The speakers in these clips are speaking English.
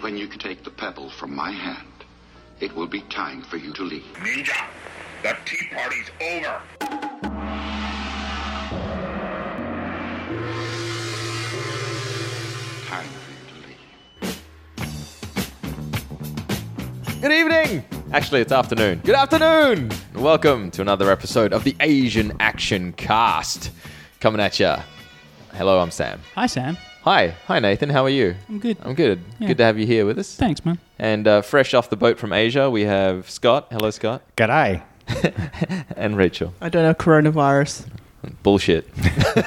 when you can take the pebble from my hand, it will be time for you to leave. Ninja, the tea party's over. Time for you to leave. Good evening! Actually, it's afternoon. Good afternoon! Welcome to another episode of the Asian Action Cast. Coming at ya. Hello, I'm Sam. Hi, Sam. Hi. Hi, Nathan. How are you? I'm good. I'm good. Yeah. Good to have you here with us. Thanks, man. And uh, fresh off the boat from Asia, we have Scott. Hello, Scott. G'day. And Rachel. I don't know coronavirus. Bullshit.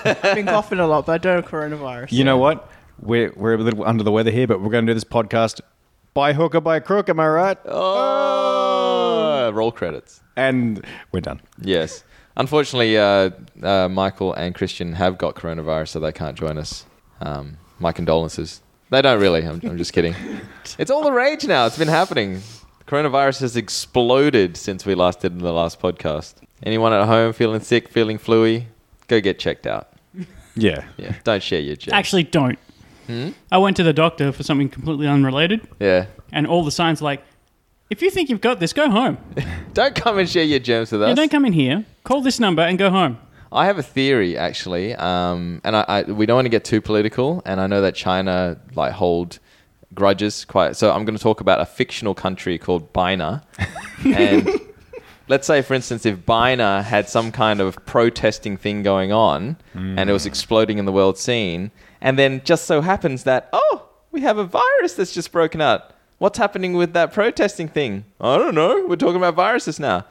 I've been coughing a lot, but I don't know coronavirus. You know what? We're, we're a little under the weather here, but we're going to do this podcast by hook or by crook, am I right? Oh! Roll credits. And we're done. Yes. Unfortunately, uh, uh, Michael and Christian have got coronavirus, so they can't join us. Um, my condolences. They don't really. I'm, I'm just kidding. It's all the rage now. It's been happening. Coronavirus has exploded since we last did the last podcast. Anyone at home feeling sick, feeling fluey, go get checked out. Yeah. Yeah. Don't share your jokes. Actually, don't. Hmm? I went to the doctor for something completely unrelated, Yeah. and all the signs are like, if you think you've got this, go home. Don't come and share your germs with us. Yeah, don't come in here. Call this number and go home. I have a theory actually, um, and I, I we don't want to get too political, and I know that China like hold grudges quite. So I'm going to talk about a fictional country called Bina, and let's say for instance, if Bina had some kind of protesting thing going on, and it was exploding in the world scene, and then just so happens that oh, we have a virus that's just broken out. What's happening with that protesting thing? I don't know. We're talking about viruses now.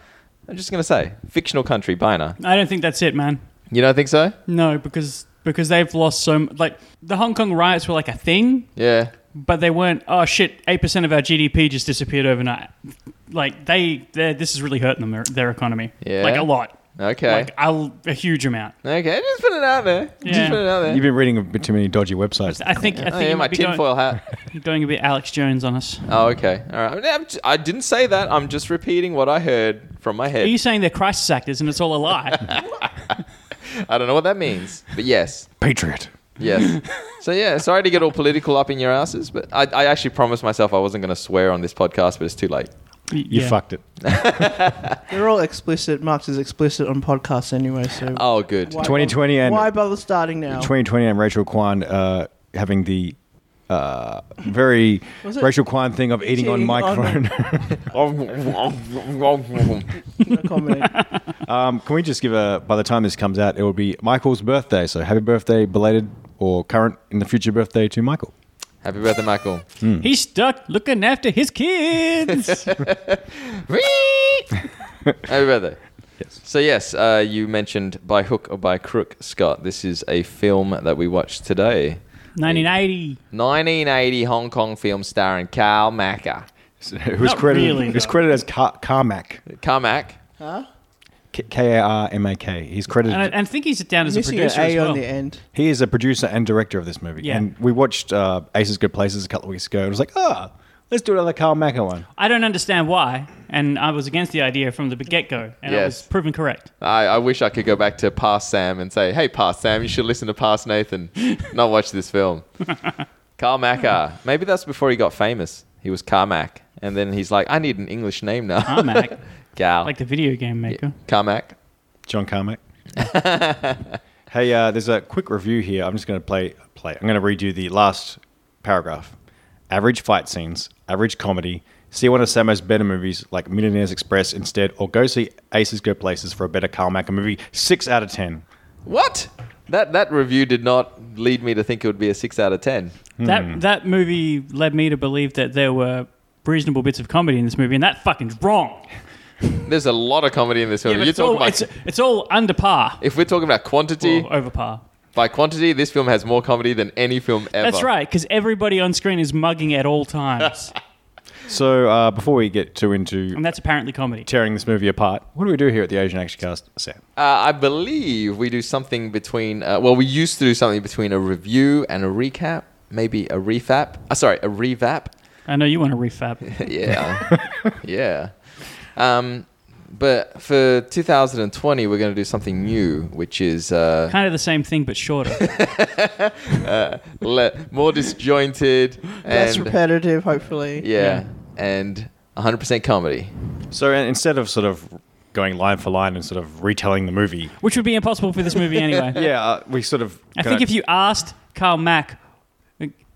I'm just going to say fictional country Bina. I don't think that's it, man. You don't think so? No, because because they've lost so m- like the Hong Kong riots were like a thing, Yeah. but they weren't. Oh shit, eight percent of our GDP just disappeared overnight. Like they, they're- this is really hurting them their, their economy. Yeah. like a lot. Okay. Like a, a huge amount. okay. Just put it out there. Yeah. Just put it out there. You've been reading a bit too many dodgy websites. I think. I think oh, you yeah, might my be tinfoil going, hat. you're going a bit Alex Jones on us. Oh, okay. All right. I, mean, I'm j- I didn't say that. I'm just repeating what I heard from my Are you head. saying they're crisis actors and it's all a lie? I don't know what that means, but yes. Patriot. Yes. so, yeah, sorry to get all political up in your asses, but I, I actually promised myself I wasn't going to swear on this podcast, but it's too late. You fucked it. They're all explicit. Mark's is explicit on podcasts anyway, so Oh, good. Why 2020 bother- and- why bother starting now? 2020 and Rachel Kwan uh, having the uh, very Was it- Rachel Kwan thing of eating on Eating on microphone. No comment. um, can we just give a, by the time this comes out, it will be Michael's birthday. So happy birthday, belated or current in the future birthday to Michael. Happy birthday, Michael. He's stuck looking after his kids. Happy birthday. Yes. So yes, uh, you mentioned by hook or by crook, Scott. This is a film that we watched today. 1980. 1980 Hong Kong film starring Carl Macker. Who's Not credited? really, who's though. credited as Car- Carmack? Carmack. K A R M A K. He's credited. And I, and I think he's down as a Missing an producer A as well. on the end. he is a producer and director of this movie. Yeah. And we watched uh, Aces Good Places a couple of weeks ago. It was like, ah, let's do another Carl Macker one. I don't understand why, and I was against the idea from the get go, and I was Yes. proven correct. I, I wish I could go back to past Sam and say, hey, past Sam, you should listen to past Nathan, not watch this film. Carl Macker. Maybe that's before he got famous. He was Carmack. And then he's like, I need an English name now. Carmack? Gal. Like the video game maker. Carmack. John Carmack. hey, uh, there's a quick review here. I'm just going to play. Play. I'm going to redo the last paragraph. Average fight scenes, average comedy. See one of Samo's better movies like Millionaire's Express instead, or go see Aces Go Places for a better Carl Macker movie. Six out of ten. What? That, that review did not lead me to think it would be a 6 out of 10. That that movie led me to believe that there were reasonable bits of comedy in this movie, and that fucking's wrong. There's a lot of comedy in this film. Yeah, but You're it's, talking all, about, it's, it's all under par. if we're talking about quantity, Or over par. by quantity, this film has more comedy than any film ever. That's right, because everybody on screen is mugging at all times, So uh, before we get too into and that's apparently comedy. tearing this movie apart. What do we do here at the Asian Action Cast, Sam? Uh, I believe we do something between. Uh, well, we used to do something between a review and a recap, maybe a refap. Uh, sorry, a revap. I know you want to refab. yeah, yeah. Um, But for 2020, we're going to do something new, which is uh, Kind of the same thing, but shorter. le- more disjointed and Less repetitive, hopefully. yeah, and 100% comedy. So in- instead of sort of going line for line and sort of retelling the movie, Which would be impossible for this movie anyway. yeah, uh, we sort of. I think if you asked Carl Mack,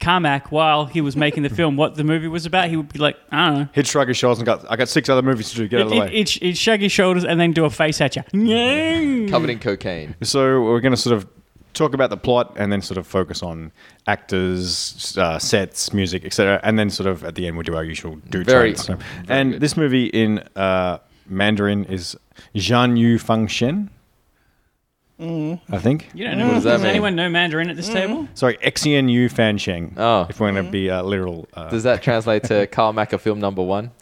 Carmack, while he was making the film, what the movie was about, he would be like, I don't know. he'd shrug his shoulders and go, "I got six other movies to do. Get out of the way." It, it, it, it shag his shoulders and then do a face at you. Yeah. Covered in cocaine. So we're going to sort of talk about the plot and then sort of focus on actors, uh, sets, music, etc. And then sort of at the end we'll do our usual do Very- turns. very and good. this movie in uh, Mandarin is Zhan Yu Fang Shen. I think. You don't know. What does that does mean? anyone know Mandarin at this table? Sorry, Xian Yu Fan Sheng. Oh. If we're Mm-hmm. going to be uh, literal, uh, Does that translate to Carl Macker film number one?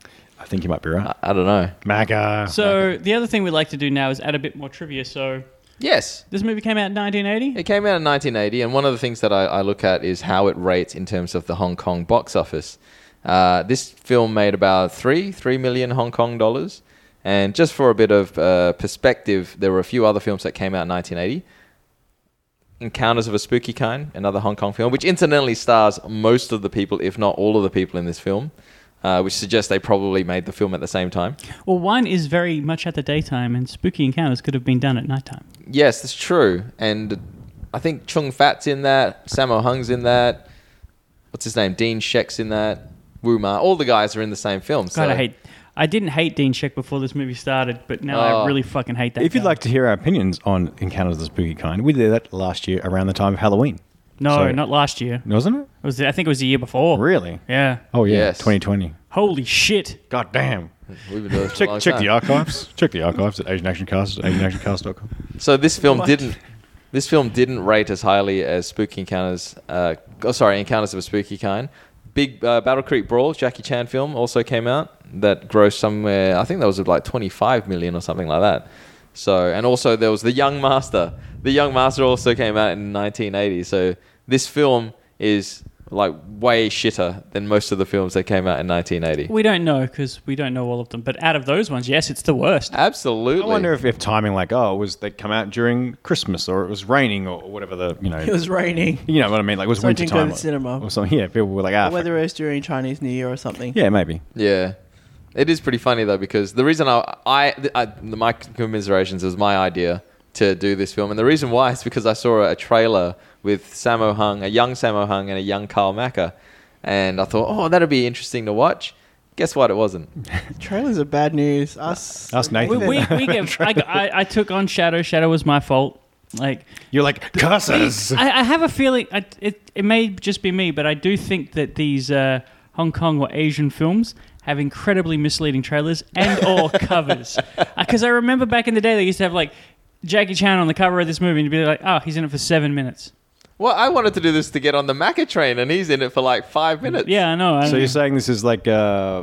I think you might be right. I, I don't know. Maga. So the other thing we like to do now is add a bit more trivia. So Yes. this movie came out in 1980. It came out in 1980, and one of the things that I, I look at is how it rates in terms of the Hong Kong box office. Uh, this film made about three three million Hong Kong dollars, and just for a bit of uh, perspective, there were a few other films that came out in 1980. Encounters of a Spooky Kind, another Hong Kong film, which incidentally stars most of the people, if not all of the people in this film, uh, which suggests they probably made the film at the same time. Well, one is very much at the daytime, and spooky encounters could have been done at nighttime. Yes, that's true. And I think Chung Fat's in that. Sammo Hung's in that. What's his name? Dean Shek's in that. Wu Ma. All the guys are in the same film. So. God, I hate. I didn't hate Dean Sheck before this movie started, but now Oh. I really fucking hate that. If you'd guy. like to hear our opinions on Encounters of the Spooky Kind, we did that last year around the time of Halloween, no, Sorry. not last year. wasn't it? It was I think it was the year before. Really? Yeah. Oh yeah, Yes. 2020. Holy shit! God damn. We've been doing this for a Check, long check time. the archives. check the archives at Asian Action Cast, asianactioncast.com. So this film didn't. This film didn't rate as highly as Spooky Encounters. Uh, oh, sorry, Encounters of a Spooky Kind. Big uh, Battle Creek Brawl, Jackie Chan film, also came out that grossed somewhere. I think that was like twenty-five million or something like that. So, and also there was The Young Master. The Young Master also came out in nineteen eighty. So this film is like way shitter than most of the films that came out in nineteen eighty. We don't know because we don't know all of them. But out of those ones, yes, it's the worst. Absolutely. I wonder if, if timing like, oh, was they come out during Christmas or it was raining or whatever the, you know, It was raining. you know what I mean? Like it was So I winter didn't go to time. the cinema. Or something. Yeah, people were like, ah, Or fuck. Whether it was during Chinese New Year or something. yeah, maybe. Yeah, it is pretty funny though because the reason I, I, th- I the- my commiserations was my idea to do this film, and the reason why is because I saw a trailer with Sammo Hung, a young Sammo Hung, and a young Carl Macker, and I thought, oh, that'd be interesting to watch. Guess what? It wasn't. Trailers are bad news. Us. Us Nathan. we, we, we get, I, I, I took on Shadow. Shadow was my fault. Like You're like, curses. I, I have a feeling I, it, it may just be me, but I do think that these uh, Hong Kong or Asian films have incredibly misleading trailers and or covers. Because I remember back in the day they used to have like Jackie Chan on the cover of this movie and you'd be like, oh, he's in it for seven minutes. Well, I wanted to do this to get on the Macker train, and he's in it for like five minutes. Yeah, I know. I so know. you're saying this is like, uh,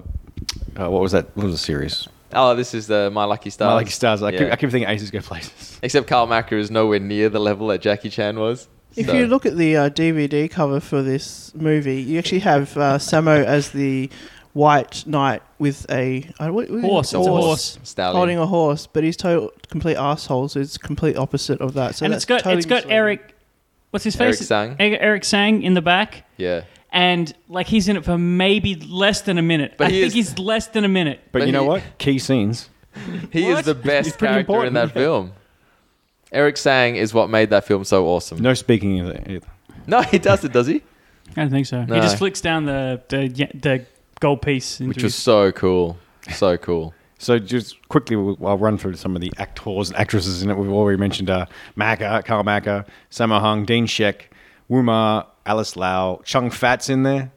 uh, what was that? What was the series? Oh, this is the My Lucky Stars. My Lucky Stars. I, keep, Uh, Yeah. I keep thinking Aces Go Places. Except Carl Macker is nowhere near the level that Jackie Chan was. If So- you look at the uh, DVD cover for this movie, you actually have uh, Samo as the white knight with a uh, what- what- Horse, it's a horse. stallion. holding a horse, but he's total complete asshole. So it's complete opposite of that. So and that's it's got, totally it's got misleading. Eric, what's his face? Eric Sang. E- Eric Sang in the back. yeah. And like he's in it for maybe less than a minute. But I he think is- he's less than a minute. But, But you know he- what? Key scenes. He is What? the best pretty character in important, that yeah. film. Eric Sang is what made that film so awesome. No, No speaking either. either. he does it, does he? I don't think so. No. He just flicks down the the, the gold piece. Into Which was his- so cool. So cool. So just quickly, we'll, I'll run through some of the actors and actresses in it. We've already mentioned uh, Maka, Carl Maka, Sammo Hung, Dean Shek, Wu Ma, Alice Lau, Chung Fat's in there,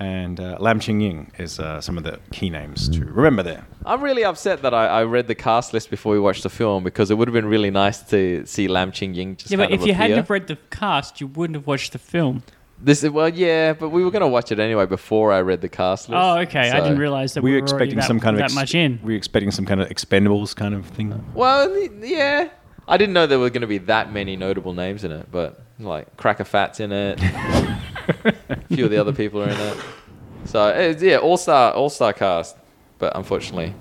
and uh, Lam Ching Ying is uh, some of the key names to remember there. I'm really upset that I, I read the cast list before we watched the film because it would have been really nice to see Lam Ching Ying just yeah, but kind if of you hadn't appear. have read the cast, you wouldn't have watched the film. this is, well, yeah, but we were going to watch it anyway before I read the cast list. Oh, okay. I so- didn't realize that we we were were expecting that, some kind of that ex- much in. We were expecting some kind of Expendables kind of thing. Well, y- yeah. I didn't know there were going to be that many notable names in it, but like Cracker Fat's in it. a few of the other people are eh, in it. So it's, yeah, all star, all star cast. But unfortunately,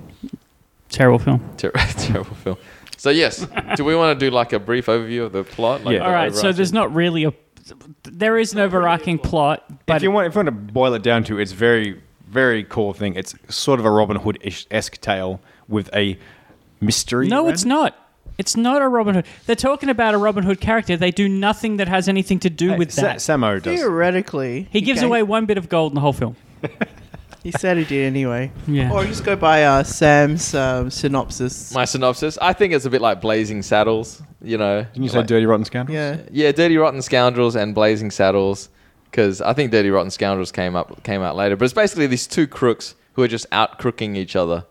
Terrible film. Ter- terrible film. So yes, do we want to do like a brief overview of the plot? Like Yeah. the All right, so overarching- there's not really a. There is an overarching plot, but if you want, if you want to boil it down to its very, very cool thing, it's sort of a Robin Hood esque tale with a mystery. no, around it's it. not. It's not a Robin Hood. They're talking about a Robin Hood character. They do nothing that has anything to do Hey, with Sa- that. Samo does. Theoretically, he gives gave- away one bit of gold in the whole film. He said he did anyway. Yeah. Oh, Or just go by uh, Sam's um, synopsis. my synopsis. I think it's a bit like Blazing Saddles. You know, Didn't you say Dirty Rotten Scoundrels? yeah. Yeah, Dirty Rotten Scoundrels and Blazing Saddles, because I think Dirty Rotten Scoundrels came up came out later. But it's basically these two crooks who are just out crooking each other,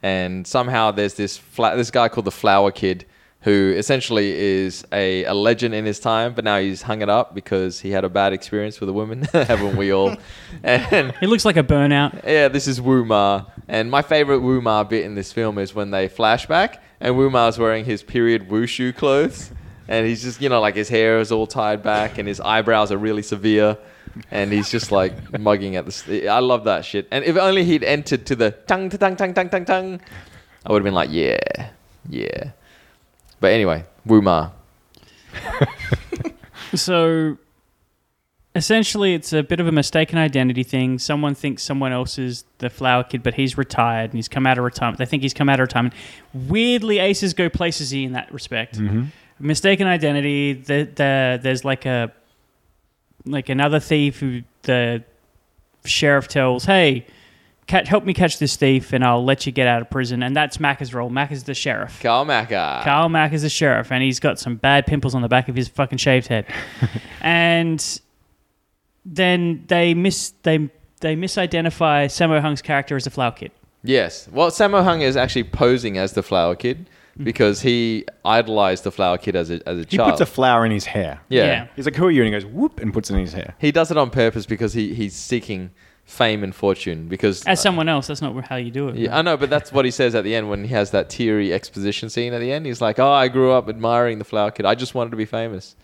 and somehow there's this fla- this guy called the Flower Kid who essentially is a, a legend in his time, but now he's hung it up because he had a bad experience with a woman, haven't we all? and He looks like a burnout. yeah, this is Wu Ma. And my favorite Wu Ma bit in this film is when they flashback and Wu Ma's wearing his period wushu clothes. And he's just, you know, like his hair is all tied back and his eyebrows are really severe. And he's just like mugging at this. I love that shit. And if only he'd entered to the tung, tung, tung, tung, tung, tung, I would have been like, yeah, yeah. But anyway, Wu Ma. So essentially, it's a bit of a mistaken identity thing. Someone thinks someone else is the flower kid, but he's retired and he's come out of retirement. They think he's come out of retirement. Weirdly, aces go places he in that respect. Mistaken identity. The, the, there's like a like another thief who the sheriff tells, "Hey, catch, help me catch this thief, and I'll let you get out of prison." And that's Macca's role. Mac is the sheriff. Karl Macker. Carl Mack is the sheriff, and he's got some bad pimples on the back of his fucking shaved head. and then they mis they they misidentify Sammo Hung's character as the Flower Kid. Yes. Well, Sammo Hung is actually posing as the Flower Kid because he idolized the Flower Kid as a, as a He child. puts a flower in his hair. yeah. Yeah. He's like, who are you? And he goes, whoop, and puts it in his hair. He does it on purpose because he, he's seeking fame and fortune because As someone else, that's not how you do it. yeah, I know, but that's what he says at the end when he has that teary exposition scene at the end. He's like, "Oh, I grew up admiring the Flower Kid. I just wanted to be famous."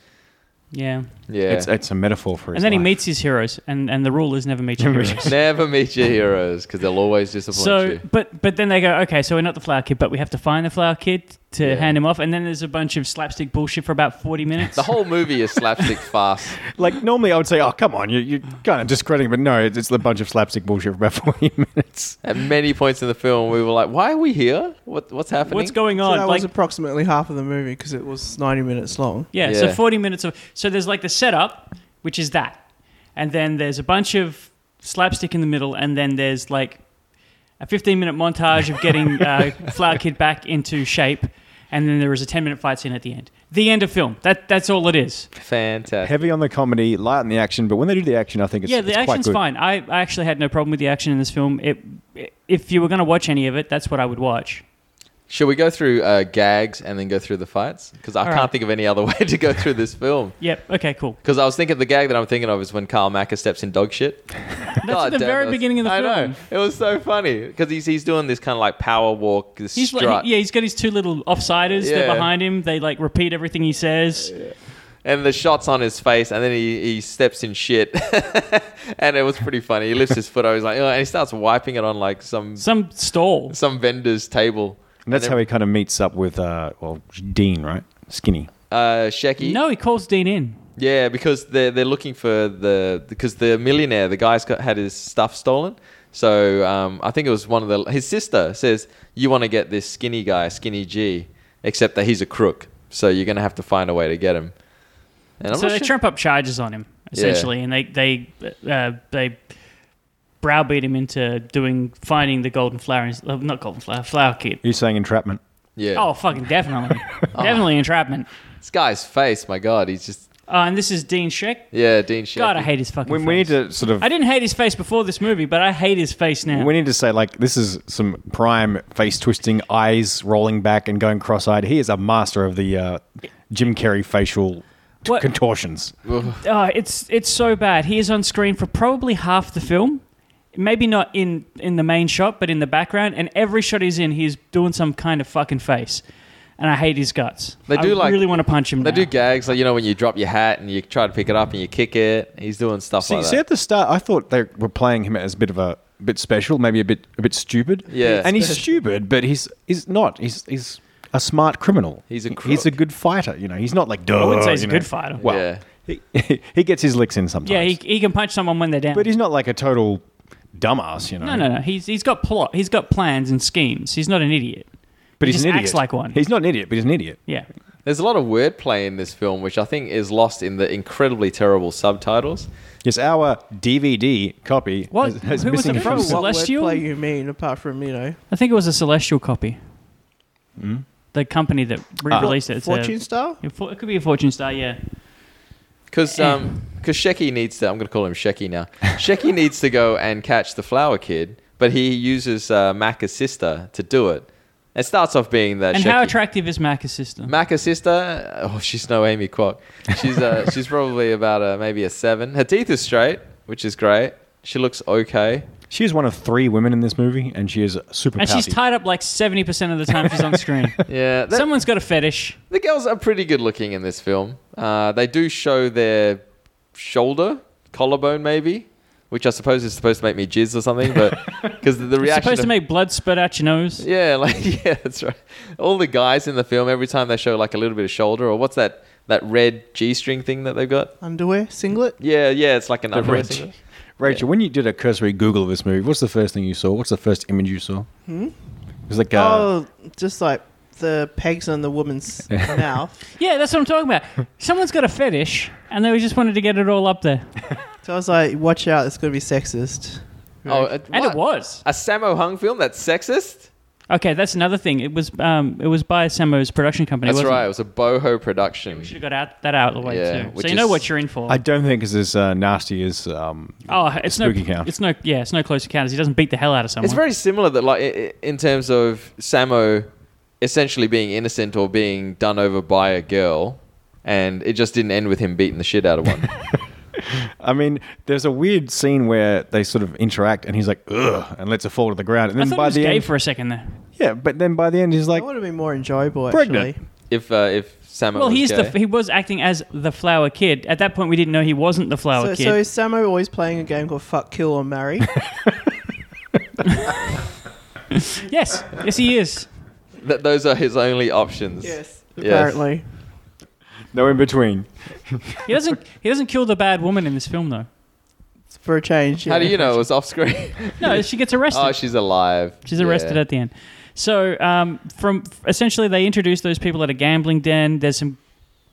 Yeah. Yeah. It's, it's a metaphor for his And then he life. meets his heroes, and, and the rule is never meet your heroes. Never meet your heroes because they'll always disappoint So, you. but but then they go, okay, so we're not the flower kid, but we have to find the flower kid to Yeah. hand him off, and then there's a bunch of slapstick bullshit for about forty minutes. The whole movie is slapstick farce. Like, normally I would say, oh, come on, you, you're kind of discrediting, but no, it's, it's a bunch of slapstick bullshit for about 40 minutes. At many points in the film, we were like, "Why are we here? What, what's happening?" What's going So on? that Like- was approximately half of the movie because it was 90 minutes long. Yeah, Yeah. so 40 minutes of. So there's like the setup, which is that. And then there's a bunch of slapstick in the middle, and then there's like a 15 minute montage of getting uh, Flower Kid back into shape. And then there is a 10 minute fight scene at the end. The end of film. That That's all it is. Fantastic. Heavy on the comedy, light on the action, but when they do the action, I think it's, yeah, it's the quite action's good. fine. I, I actually had no problem with the action in this film. It, if you were going to watch any of it, that's what I would watch. Should we go through uh, gags and then go through the fights? Because I All can't right. think of any other way to go through this film. Yep. Okay, cool. Because I was thinking the gag that I'm thinking of is when Carl Macker steps in dog shit. That's at the very beginning of the I film. know it was so funny because he's he's doing this kind of like power walk, this He's strut, like, yeah, he's got his two little offsiders. Yeah. They're behind him. They like repeat everything he says. and the shots on his face, and then he, he steps in shit, and it was pretty funny. He lifts his foot, I was like, oh, and he starts wiping it on like some Some stall. some vendor's table. And that's And how then, he kind of meets up with, uh, well, Dean, right? Skinny. uh, Shecky. No, he calls Dean in. Yeah, because they're they're looking for the because the millionaire, the guy's got had his stuff stolen. So um, I think it was one of the his sister says you want to get this skinny guy, skinny G, except that he's a crook. So you're gonna have to find a way to get him. And I'm so not they sure- trump up charges on him essentially, and they they uh, they browbeat him into doing finding the golden flower, and- uh, not golden flower, flower kid. Are you saying entrapment? yeah. Oh, fucking definitely, definitely entrapment. this guy's face, my god, he's just Uh, and this is Dean Sheck. yeah, Dean. Shecky. God, I hate his fucking. We, face. we need to sort of. I didn't hate his face before this movie, but I hate his face now. We need to say like this is some prime face twisting, eyes rolling back and going cross-eyed. He is a master of the uh, Jim Carrey facial t- What- contortions. Oh, it's it's so bad. He is on screen for probably half the film. Maybe not in in the main shot, but in the background. And every shot he's in, he's doing some kind of fucking face. And I hate his guts. They do I like- really want to punch him. They now. do gags like you know when you drop your hat and you try to pick it up and you kick it. He's doing stuff See, like see that. at the start, I thought they were playing him as a bit of a bit special, maybe a bit a bit stupid. Yeah. and he's Special. stupid, but he's he's not. He's he's a smart criminal. He's a he's a crook. good fighter. You know, he's not like duh. I wouldn't say he's you a know. good fighter. Well, Yeah. he, he gets his licks in sometimes. yeah, he, he can punch someone when they're down. but he's not like a total dumbass. You know, no, no, no. He's he's got plot. He's got plans and schemes. He's not an idiot. But He he's just an idiot. acts like one. He's not an idiot, but he's an idiot. Yeah. There's a lot of wordplay in this film, which I think is lost in the incredibly terrible subtitles. Yes, our DVD copy What? has, has Who was missing it from? from. What Celestial? wordplay you mean apart from you know I think it was a Celestial copy. Hmm? The company that re-released it. It's a- Fortune Star? Yeah, for- it could be a Fortune Star. Yeah. Because um, cause Shecky needs to, I'm going to call him Shecky now. Shecky needs to go and catch the flower kid, but he uses uh, Macca's sister to do it. It starts off being that And Shecky- how attractive is Macca's sister? Macca's sister, oh, she's no Amy Kwok. She's uh, she's probably about a, maybe a seven. Her teeth are straight, which is great. She looks okay. She is one of three women in this movie, and she is super. and she's pouty. tied up like seventy percent of the time she's on screen. Yeah, that- Someone's got a fetish. the girls are pretty good looking in this film. Uh, they do show their shoulder, collarbone maybe, which I suppose is supposed to make me jizz or something, but because the, the It's reaction supposed of- to make blood spurt out your nose. Yeah, like yeah, that's right. All the guys in the film, every time they show like a little bit of shoulder or what's that that red G string thing that they've got? Underwear? Singlet? Yeah, yeah, it's like an The underwear red thing. Rachel, when you did a cursory Google of this movie, what's the first thing you saw? What's the first image you saw? Hmm? It was like uh, Oh, just like the pegs on the woman's mouth. Yeah, that's what I'm talking about. Someone's got a fetish, and they just wanted to get it all up there. So I was like, watch out, it's going to be sexist. Oh, it, And what? it was. a Sammo Hung film that's sexist. Okay, that's another thing. It was um, it was by Samo's production company. That's wasn't right. It It? was a boho production. We should have got out, that out of the way Yeah, too. which So you know is- what you're in for. I don't think it's as uh, nasty as um, oh, it's Spooky no, Cow. it's no, yeah, it's no close encounters. He doesn't beat the hell out of someone. It's very similar that like i- i- in terms of Sammo essentially being innocent or being done over by a girl, and it just didn't end with him beating the shit out of one. I mean, there's a weird scene where they sort of interact, and he's like, "Ugh," and lets her fall to the ground, and I then thought by he was the gay end, for a second there. yeah, but then by the end, he's like, That would have been more enjoyable, Pregnant. actually. if uh, if Sammo Well, was he's gay. the he was acting as the flower kid. At that point, we didn't know he wasn't the flower So, kid. so is Samo always playing a game called Fuck, Kill, or Marry? yes, yes, he is. Th- those are his only options. Apparently. "No in between." He doesn't he doesn't kill the bad woman in this film though. It's For a change. How do yeah. you know it was off screen? No, she gets arrested. oh, she's alive. She's arrested Yeah. at the end. So um, from essentially, they introduce those people at a gambling den. There's some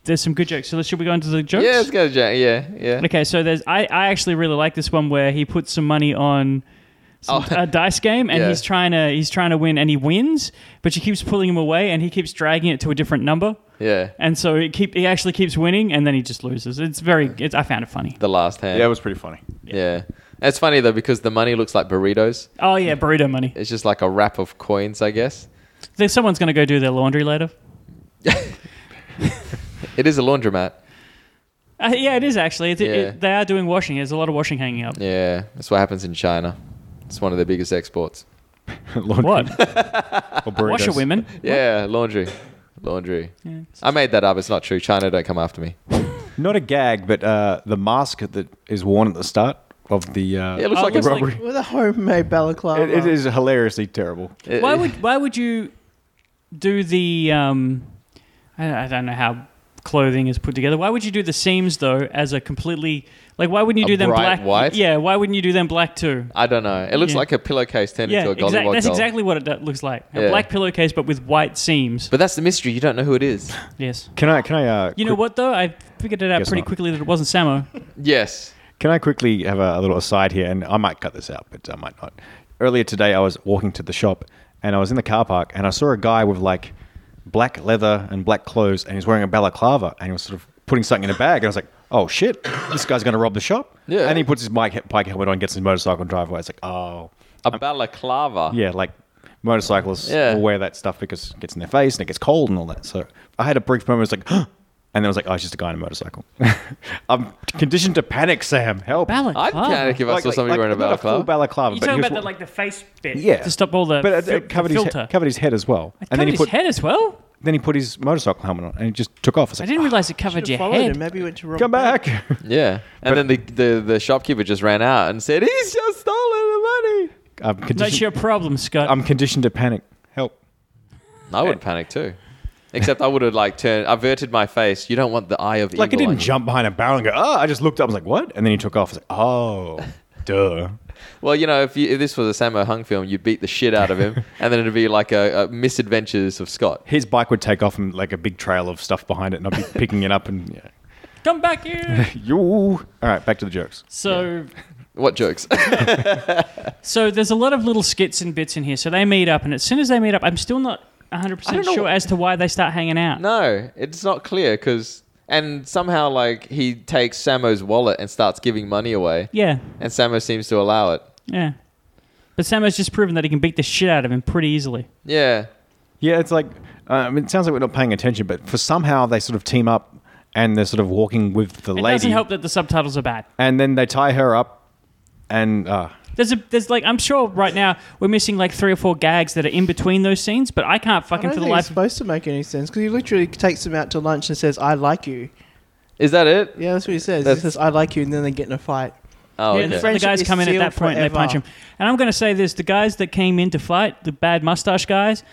there's some good jokes. So let's- should we go into the jokes? Yeah, let's go to Jack. Yeah, yeah. Okay, so there's I, I actually really like this one where he puts some money on some, Oh. a dice game and Yeah. he's trying to he's trying to win and he wins, but she keeps pulling him away and he keeps dragging it to a different number. Yeah. And so he keep he actually keeps winning and then he just loses. It's very it's, I found it funny. The last hand. Yeah, it was pretty funny. yeah. It's funny though because the money looks like burritos. Oh yeah, burrito money. It's just like a wrap of coins, I guess. There's someone's gonna go do their laundry later. It is a laundromat. Uh, yeah, it is actually. It, it- Yeah. they are doing washing. There's a lot of washing hanging up. Yeah, that's what happens in China. It's one of their biggest exports. Laundry What? or burritos. Washer women. Yeah, laundry, laundry. I made that up. It's not true. China don't come after me. Not a gag, but uh, the mask that is worn at the start of the uh, It looks Oh, like it looks a like- robbery. With a homemade balaclava. it, it is hilariously terrible. It- Why would why would you do the um I, I don't know how clothing is put together. Why would you do the seams though as a completely like why wouldn't you A do them bright black white? Yeah, why wouldn't you do them black too? I don't know. It looks Yeah. like a pillowcase turned Yeah, into a exact- golden that's exactly what it do- looks like. A Yeah. black pillowcase but with white seams. But that's the mystery. You don't know who it is. yes. Can I? Can I? Uh, You know quick- what though? I figured it out Guess pretty not. quickly that it wasn't Samo. Yes. Can I quickly have a, a little aside here? And I might cut this out, but I might not. Earlier today, I was walking to the shop and I was in the car park and I saw a guy with like black leather and black clothes and he's wearing a balaclava and he was sort of putting something in a bag. And I was like, oh shit, this guy's going to rob the shop. Yeah. And he puts his bike, bike helmet on, gets his motorcycle and drive away. It's like, oh, A balaclava. yeah, like motorcyclists Yeah. will wear that stuff because it gets in their face and it gets cold and all that. So I had a brief moment, I was like, and then I was like, oh, it's just a guy on a motorcycle. I'm conditioned to panic, Sam. Help. Balaclava. I'd panic if I saw somebody wearing a not full balaclava. balaclava, You're but talking he was- about the, like the face bit yeah, to stop all the, but it, fil- it covered the his filter. he- covered his head as well, Covered his head as well. Then he put his motorcycle helmet on and he just took off. I was I like, "Ah, didn't realize it Should covered your have followed head. him. Maybe he went to wrong come bank. back. Yeah. And then the, the, the shopkeeper just ran out and said, He's just stolen the money. I'm That's conditioned, your problem, Scott. I'm conditioned to panic. Help. I would panic too. Except I would have like turned, averted my face. You don't want the eye of Like he evil didn't on you. jump behind a barrel and go, oh, I just looked up. I was like, what? And then he took off. I was like, oh, duh. Well, you know, if, you, if this was a Sammo Hung film, you'd beat the shit out of him, and then it'd be like a, a misadventures of Scott. His bike would take off and like a big trail of stuff behind it and I'd be picking it up and yeah. Come back here. You. All right, back to the jokes. So, What jokes? so there's a lot of little skits and bits in here. So they meet up, and as soon as they meet up, I'm still not 100 I percent don't know sure what- as to why they start hanging out. no, it's not clear because, and somehow like he takes Sammo's wallet and starts giving money away, Yeah, and Sammo seems to allow it. yeah. But Samo's just proven that he can beat the shit out of him pretty easily. Yeah, Yeah, it's like um, it sounds like we're not paying attention, but for somehow they sort of team up and they're sort of walking with the It lady, doesn't help that the subtitles are bad. and then they tie her up, and uh, There's a there's like I'm sure right now we're missing like three or four gags that are in between those scenes, but I can't I fucking don't for the think it's life. of supposed to make any sense because he literally takes him out to lunch and says, "I like you." is that it? Yeah, that's what he says. That's- he says, "I like you," and then they get in a fight. Oh, Yeah, okay. the The friendship guys is come in at sealed that point and they punch him. forever. And I'm going to say this: the guys that came in to fight, the bad mustache guys,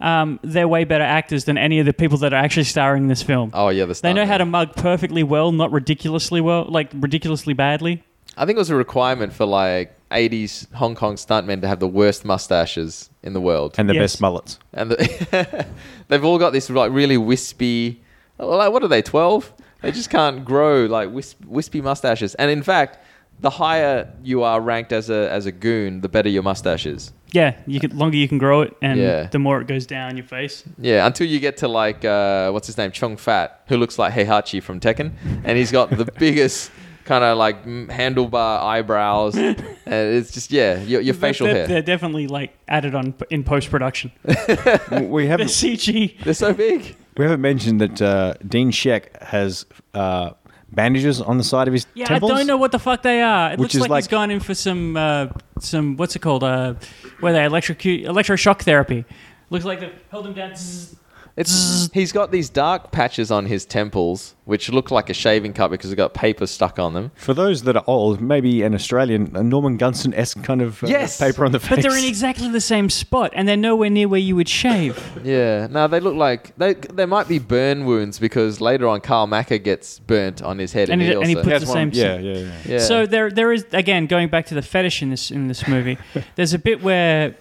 um, they're way better actors than any of the people that are actually starring in this film. oh yeah, the they know stuntman. how to mug perfectly well, not ridiculously well, like ridiculously badly. I think it was a requirement for like '80s Hong Kong stuntmen to have the worst mustaches in the world, and the Yes. best mullets. and the, they've all got this like really wispy. Like what are they? Twelve? They just can't grow like wisp, wispy mustaches. And in fact, the higher you are ranked as a as a goon, the better your mustache is. Yeah, you can, longer you can grow it, and Yeah. the more it goes down your face. Yeah, until you get to like uh, what's his name, Chung Fat, who looks like Heihachi from Tekken, and he's got the biggest kind of like mm, handlebar eyebrows, and it's just yeah, your, your facial they're, hair. They're definitely like added on p- in post production. we The haven't CG. They're so big. we haven't mentioned that uh, Dean Sheck has uh, bandages on the side of his Yeah, temples. I don't know what the fuck they are. It looks Which is like, he's like- gone in for some uh, some what's it called? Uh, where they electrocute electroshock therapy. Looks like they've held him down. Zzz. It's he's got these dark patches on his temples, which look like a shaving cut because it's got paper stuck on them. For those that are old, maybe an Australian, a Norman Gunston esque kind of uh, Yes! paper on the face. But they're in exactly the same spot, and they're nowhere near where you would shave. Yeah, no, they look like they they might be burn wounds because later on Carl Macker gets burnt on his head and, And he, he- and he also. puts- That's the one- same- Yeah, yeah, yeah. yeah. So there, there is again going back to the fetish in this in this movie. there's a bit where,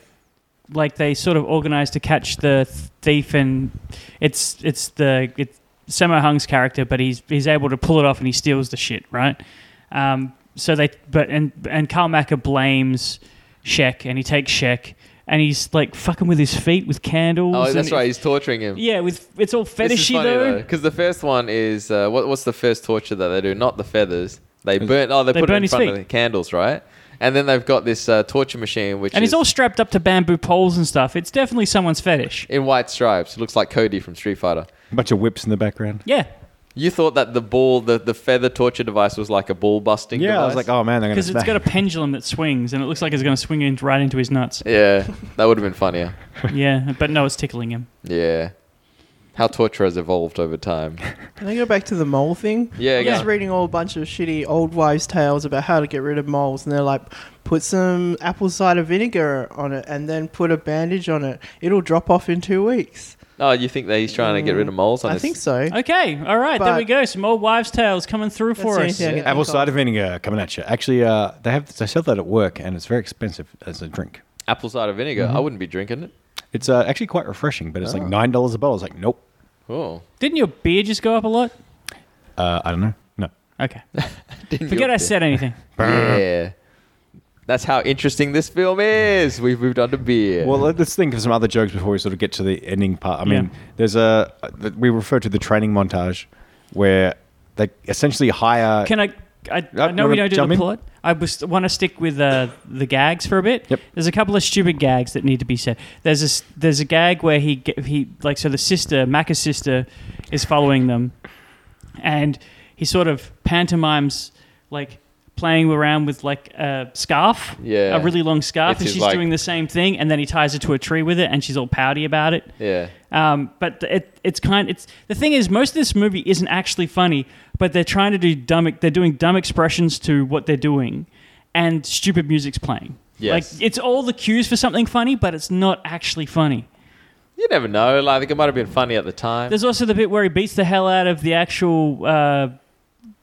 like, they sort of organize to catch the thief, and it's it's the it's Sammo Hung's character, but he's he's able to pull it off, and he steals the shit, right? Um, so they, but and and Karl Macker blames Sheck, and he takes Sheck, and he's like fucking with his feet with candles. oh, that's and- right, he's torturing him. Yeah, with it's all fetishy though. because the first one is uh, what, what's the first torture that they do? Not the feathers. They burn. Oh, they, They put burn it in his front of feet. the candles, right? And then they've got this uh, torture machine, which And is he's all strapped up to bamboo poles and stuff. It's definitely someone's fetish. in white stripes. Looks like Cody from Street Fighter. bunch of whips in the background. Yeah, You thought that the ball, the, the feather torture device, was like a ball busting. Yeah, device. I was like, oh man, they're going to Because it's got a pendulum that swings, and it looks like it's going to swing in right into his nuts. Yeah, that would have been funnier. yeah, but no, it's tickling him. Yeah. How torture has evolved over time. Can I go back to the mole thing? Yeah, I go was on. reading all a bunch of shitty old wives' tales about how to get rid of moles, and they're like, put some apple cider vinegar on it, and then put a bandage on it. It'll drop off in two weeks. Oh, you think that he's trying to get rid of moles on I his? think so. Okay, all right, there But- we go. Some old wives' tales coming through That's for the us. only thing I can Apple think of. cider vinegar coming at you. Actually, uh, they have they sell that at work, and it's very expensive as a drink. Apple cider vinegar. I wouldn't be drinking it. It's uh, actually quite refreshing, but it's Oh. like nine dollars a bottle. It's like, nope, Oh, Didn't your beer just go up a lot? uh, I don't know, no. Okay, Didn't forget you- I said anything. Yeah. That's how interesting this film is. We've moved on to beer. Well, uh, let- let's think of some other jokes before we sort of get to the ending part. I mean, Yeah. there's a th- we refer to the training montage where they essentially hire. Can I? I, Uh, I know we wanna don't do jump the in? plot. I was, want to stick with uh, the gags for a bit. Yep. There's a couple of stupid gags that need to be said. There's a s- there's a gag where he ge- he like so the sister Macca's sister is following them, and he sort of pantomimes like playing around with like a scarf, Yeah. a really long scarf, It's and his, she's like- doing the same thing. And then he ties her to a tree with it, and she's all pouty about it. Yeah. Um, but it, it's kind. It's the thing is, most of this movie isn't actually funny, but they're trying to do dumb. They're doing dumb expressions to what they're doing, and stupid music's playing. Yes. Like it's all the cues for something funny, but it's not actually funny. You never know. Like, I think it might have been funny at the time. There's also the bit where he beats the hell out of the actual uh,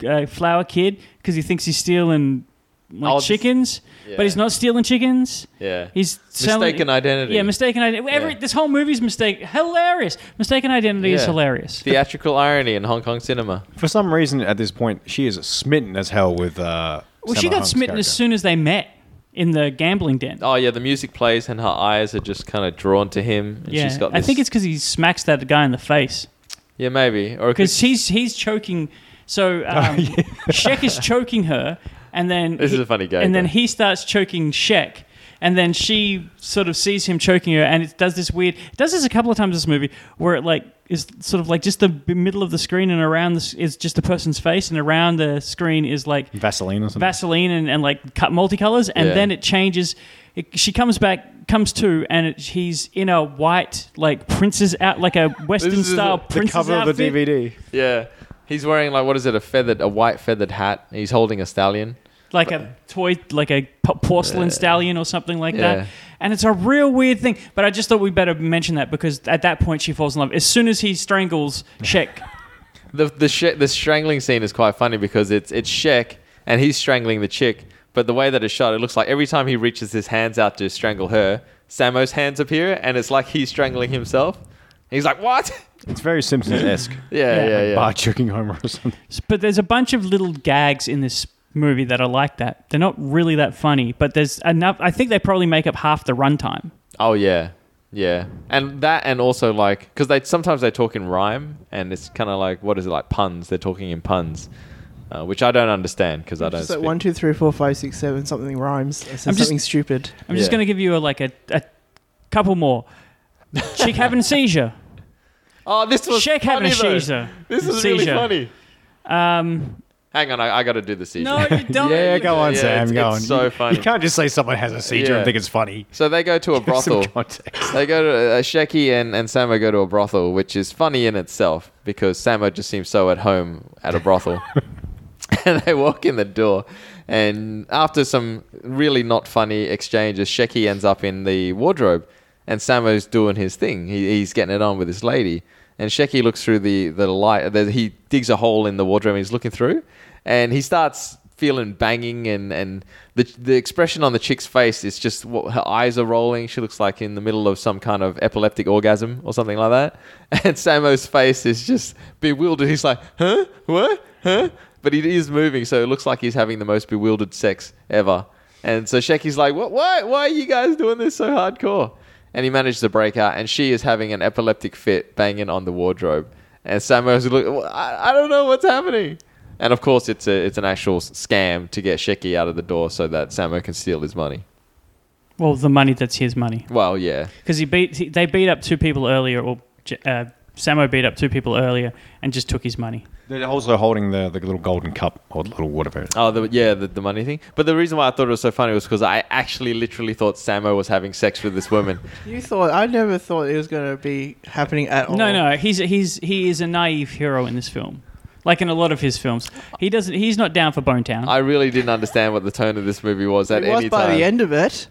uh, flower kid because he thinks he's stealing like Oh, this- chickens, yeah. but he's not stealing chickens. yeah. He's selling, Mistaken identity. Yeah, mistaken identity. Every Yeah. this whole movie's mistake hilarious. Mistaken identity is Yeah. hilarious. Theatrical irony in Hong Kong cinema. For some reason, at this point, she is smitten as hell with. Uh, well, she got smitten as soon as they met in the gambling den. Oh yeah, the music plays and her eyes are just kind of drawn to him. And yeah, she's got I this, think it's because he smacks that guy in the face yeah maybe or it could- because he's he's choking. So Oh, um, Shek is choking her, and then This he- is a funny gag, And then though. he starts choking Shek, and then she sort of sees him choking her, and it does this weird. It does this a couple of times in this movie where it like is sort of like just the middle of the screen and around this is just the person's face, and around the screen is like Vaseline or something. Vaseline and, and like cut multicolors, and Yeah. then it changes. It, she comes back, comes to, and it, he's in a white like prince's out like a Western is style the the prince's cover outfit. of the DVD. yeah he's wearing like what is it a feathered a white feathered hat. He's holding a stallion. like a toy, like a p- porcelain stallion or something like Yeah. that. And it's a real weird thing. But I just thought we better mention that because at that point she falls in love. As soon as he strangles Shek, The the sh- the strangling scene is quite funny because it's it's Shek and he's strangling the chick, but the way that it's shot, it looks like every time he reaches his hands out to strangle her, Samo's hands appear, and it's like he's strangling himself. He's like, "What?" It's very Simpsons esque. Yeah, yeah, yeah. Bar choking Homer or something. but there's a bunch of little gags in this movie that are like that. They're not really that funny, but there's enough. I think they probably make up half the runtime. Oh yeah, yeah, and that, and also like because they sometimes they talk in rhyme, and it's kind of like what is it like puns? They're talking in puns, uh, which I don't understand because I don't. Just like Speak. one, two, three, four, five, six, seven. Something rhymes. I said I'm just- something stupid. I'm just Yeah. going to give you a, like a, a couple more. Chick having seizure. oh, this was Shek funny, having a though. seizure. This is Seizure. really funny. Um, Hang on, I, I got to do the seizure. no, you don't. Yeah, go on, Yeah, Sam. it's- go it's on. so You- funny. You can't just say someone has a seizure Yeah. and think it's funny. So they go to a brothel. Some context. They go to uh, Sheki and, and Samo go to a brothel, which is funny in itself because Samo just seems so at home at a brothel. and they walk in the door, and after some really not funny exchanges, Sheki ends up in the wardrobe, and Samo's doing his thing. He, he's getting it on with this lady, and Sheki looks through the the light. The, he digs a hole in the wardrobe. and He's looking through, and he starts feeling banging and and the the expression on the chick's face is just what her eyes are rolling she looks like in the middle of some kind of epileptic orgasm or something like that and Samo's face is just bewildered he's like huh what huh but he is moving so it looks like he's having the most bewildered sex ever and so Sheki's like what why why are you guys doing this so hardcore and he manages to break out and she is having an epileptic fit banging on the wardrobe and Samo's like I, I don't know what's happening and of course, it's a it's an actual s- scam to get Sheki out of the door so that Samo can steal his money. Well, the money that's his money. Well, yeah, because he beat he, they beat up two people earlier, or J- uh, Samo beat up two people earlier and just took his money. They're also holding the, the little golden cup or little whatever. it is. oh, the, yeah, the, the money thing. But the reason why I thought it was so funny was because I actually literally thought Samo was having sex with this woman. You thought I never thought it was going to be happening Oh. at all. No, no, he's he's he is a naive hero in this film, like in a lot of his films. He doesn't he's not down for Bone Town. I really didn't understand what the tone of this movie was at It was any by time. the end of it.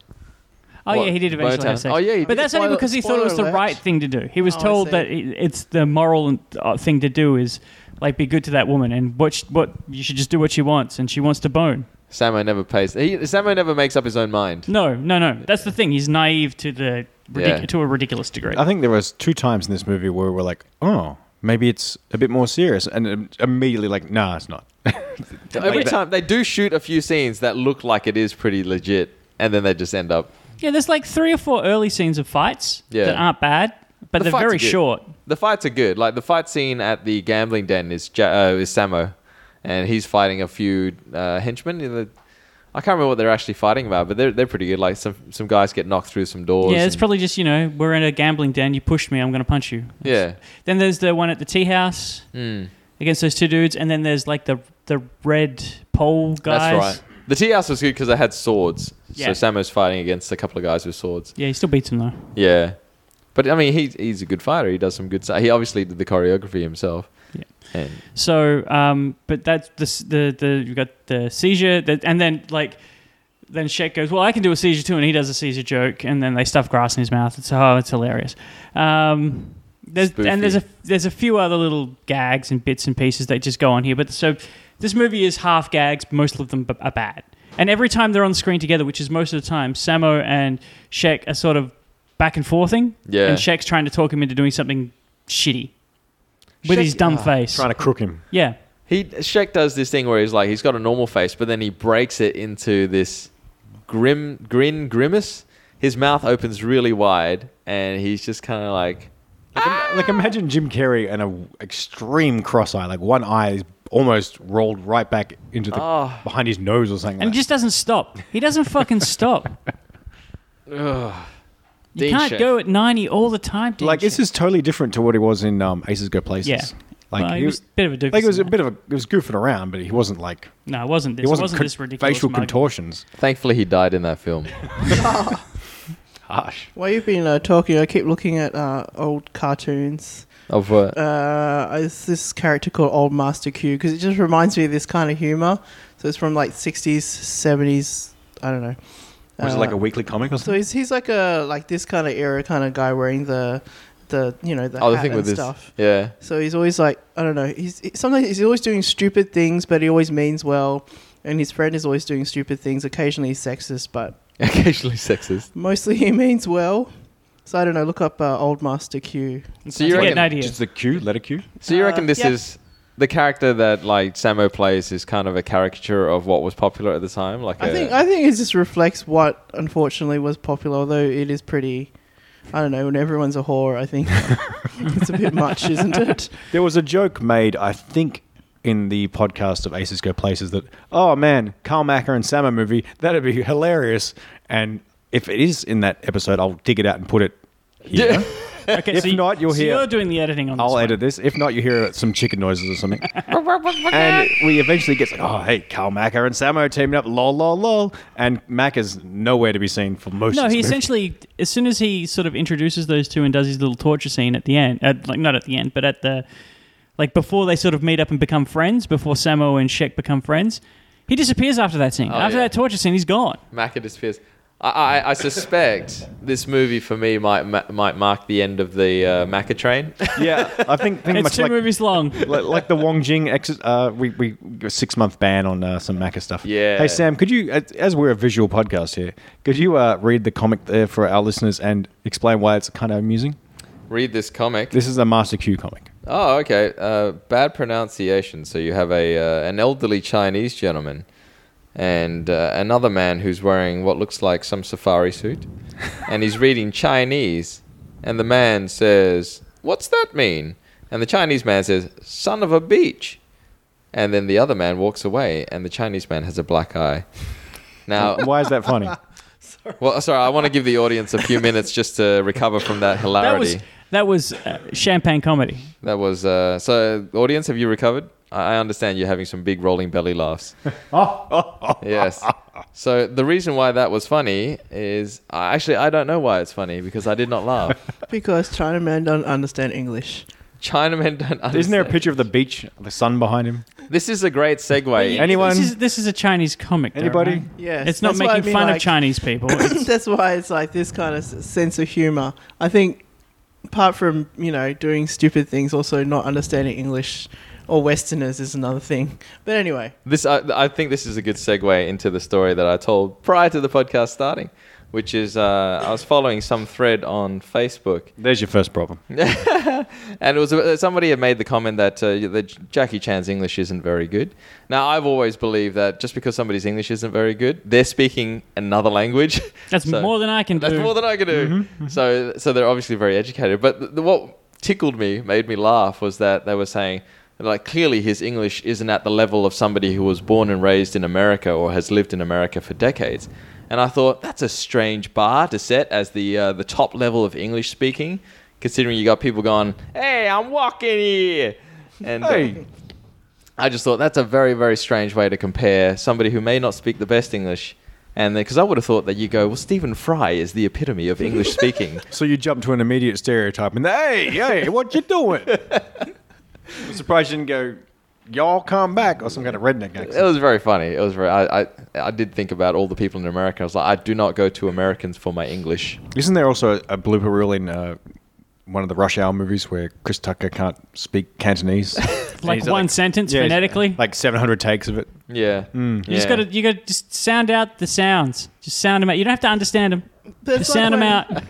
oh what, yeah, he did Bone eventually Town? have sex. Oh, yeah, he but did. that's only Spoiler- because he thought it was the spoiler right alert. thing to do. He was Oh, I told see. that it, it's the moral uh, thing to do is like be good to that woman and what sh what you should just do what she wants and she wants to bone. Samo never pays. He, Samo never makes up his own mind. No, no, no. That's the thing. He's naive to the ridic- Yeah. to a ridiculous degree. I think there was two times in this movie where we're like, oh, maybe it's a bit more serious, and im- immediately like, nah, it's not. Every Like that- time they do shoot a few scenes that look like it is pretty legit, and then they just end up. Yeah, there's like three or four early scenes of fights Yeah. that aren't bad, but The they're fights are very good. short. The fights are good. Like the fight scene at the gambling den is ja- uh, is Samo, and he's fighting a few uh, henchmen. You know, I can't remember what they're actually fighting about, but they're they're pretty good. Like some some guys get knocked through some doors. Yeah, it's and- probably just, you know, we're in a gambling den, you pushed me, I'm going to punch you. yeah. Then there's the one at the tea Hmm. house against those two dudes, and then there's like the the red pole guys. That's right. The tea house was good because they had swords. Yeah. So Samo's fighting against a couple of guys with swords. Yeah, he still beats him though. Yeah. But I mean, he's he's a good fighter. He does some good stuff. He obviously did the choreography himself. Yeah. And So, um, but that's the s- the the you got the seizure, the, and then like, then Shaq goes, "Well, I can do a seizure too," and he does a seizure joke, and then they stuff grass in his mouth. It's oh, it's hilarious. Um, there's, Spoofy. and there's a there's a few other little gags and bits and pieces that just go on here. But so this movie is half gags. Most of them b- are bad. And every time they're on screen together, which is most of the time, Samo and Shaq are sort of back and forthing. Yeah. And Shaq's trying to talk him into doing something shitty with Shaq- his dumb ah, face. Trying to crook him. Yeah. he Shrek does this thing where he's like he's got a normal face, but then he breaks it into this grim grin grimace. His mouth opens really wide, and he's just kind of like Like, im- like imagine Jim Carrey and an extreme cross eye, like one eye is almost rolled right back into the Oh. behind his nose or something. And like he just doesn't stop. He doesn't fucking stop. You Dean can't Shaq. go at 90 all the time, that. Dean like this Shaq. is totally different to what he was in um, Aces Go Places. Yeah. like Well, he he was a bit of a doofus Like it was in a that. bit of a, it was goofing around, but he wasn't like No, it wasn't this. he It wasn't, wasn't, con- this ridiculous. facial mug. contortions. Thankfully, he died in that film. Harsh. While you've been uh, talking, I keep looking at uh, old cartoons. Of uh, uh, it's this character called Old Master Q because it just reminds me of this kind of humor. So it's from like 60s, 70s, I don't know. Was it Uh, like a weekly comic or So something? he's, he's like a like this kind of era kind of guy wearing the the you know the oh, the hat thing and with this, stuff. yeah, So he's always like I don't know. He's he- sometimes he's always doing stupid things, but he always means well. And his friend is always doing stupid things. Occasionally he's sexist, but occasionally sexist. mostly he means well. So I don't know. Look up uh, Old Master Q. So you to get reckon an idea. Just the Q, letter Q. So you Uh, reckon this yeah. is the character that like Samo plays is kind of a caricature of what was popular at the time? Like I a- think I think it just reflects what unfortunately was popular, although it is pretty. I don't know. When everyone's a whore, I think it's a bit much, isn't it? There was a joke made, I think, in the podcast of Aces Go Places that, oh man, Carl Macker and Samo movie, that'd be hilarious. And if it is in that episode, I'll dig it out and put it here. Yeah. Okay, If so you- not, you'll so hear- You're doing the editing on this. I'll one. edit this. If not, you hear some chicken noises or something. and we eventually get like, oh, hey, Carl Macker and Samo teaming up, lol, lol, lol. And Mack is nowhere to be seen for most No, of he this movie. essentially, as soon as he sort of introduces those two and does his little torture scene at the end, at, like not at the end, but at the, like before they sort of meet up and become friends, before Samo and Shek become friends, he disappears after that Oh, scene. after yeah. that torture scene, he's gone. Macca disappears. I, I, I suspect this movie for me might ma- might mark the end of the uh, Macca train. Yeah, I think, think It's much two like, movies long. like, like the Wong Jing, ex- uh, we we got six month ban on uh, some Macca stuff. Yeah. Hey Sam, could you, as- as we're a visual podcast here, could you uh, read the comic there for our listeners and explain why it's kind of amusing? Read this comic. This is a Master Q comic. Oh, okay. Uh, bad pronunciation. So you have a uh, an elderly Chinese gentleman and uh, another man who's wearing what looks like some safari suit, and he's reading Chinese. And the man says, "What's that mean?" And the Chinese man says, "Son of a beach." And then the other man walks away, and the Chinese man has a black eye. Oh. Now, Why is that funny? well, sorry, I want to give the audience a few minutes just to recover from that That hilarity. was that was uh, champagne comedy. That was uh, so. Audience, have you recovered? I I understand you're having some big rolling belly laughs. Oh. yes. So the reason why that was funny is I- actually I don't know why it's funny because I did not laugh. Because Chinamen don't understand English. Chinamen don't. Understand. Isn't there a picture of the beach, the sun behind him? This is a great segue. Any- Anyone? This is, this is a Chinese comic. though, Anybody? right? Yes, It's not that's what I making mean, fun like- of Chinese people. It's- That's why it's like this kind of s- sense of humor. I think, apart from you know doing stupid things, also not understanding English or Westerners is another thing. But anyway, This I, I think this is a good segue into the story that I told prior to the podcast starting, which is uh, I was following some thread on Facebook There's your first problem. And it was uh, somebody had made the comment that, uh, that Jackie Chan's English isn't very good. Now, I've always believed that just because somebody's English isn't very good, they're speaking another language. That's So- more than I can do. Mm-hmm, That's more than I can do. So, so they're obviously very educated. But th- what tickled me, made me laugh, was that they were saying, like, clearly his English isn't at the level of somebody who was born and raised in America or has lived in America for decades. And I thought that's a strange bar to set as the uh, the top level of English speaking, considering you got people going, "Hey, I'm walking here," and uh, Hey, I just thought that's a very, very strange way to compare somebody who may not speak the best English. And because I would have thought that you go, well, Stephen Fry is the epitome of English speaking. So you jump to an immediate stereotype and hey, hey, what you doing? I'm surprised you didn't go, y'all come back or some kind of redneck It accent. was very funny. It was very. I, I I did think about all the people in America. I was like, I do not go to Americans for my English. Isn't there also a, a blooper reel in uh, one of the Rush Hour movies where Chris Tucker can't speak Cantonese? Like one sentence Yeah, he's- phonetically. Like 700 takes of it. Yeah. Hmm. you just gotta you gotta just sound out the sounds. Just sound them out. You don't have to understand them. Just sound them out.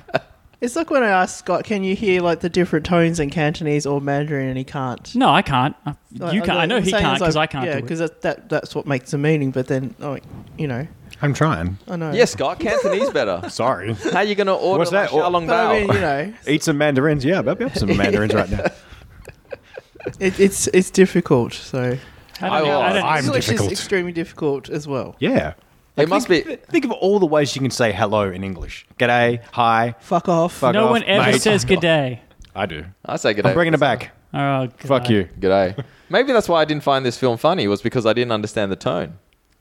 It's like when I asked Scott, "Can you hear like the different tones in Cantonese or Mandarin?" and he can't. No, I can't. I- Like, You can't. I know I'm he saying can't it's like- because I can't. Yeah, do it. because that, that that's what makes the meaning. But then, oh, you know, I'm trying. I know. Yeah, Scott, Cantonese better. Sorry. How you gonna order What's that? like Xiaolong But Bao? I mean, you know, Eat some mandarins. Yeah, I'll have some mandarins right now. it, it's it's difficult. So I don't know. I don't- I'm English difficult. is extremely difficult as well. Yeah. It must be. Think of all the ways you can say hello in English. G'day, hi. Fuck off. Fuck no off, one ever mate. says good day. I do. I say good day. I'm bringing it back. Oh, God. Fuck you. Good day. Maybe that's why I didn't find this film funny was because I didn't understand the tone.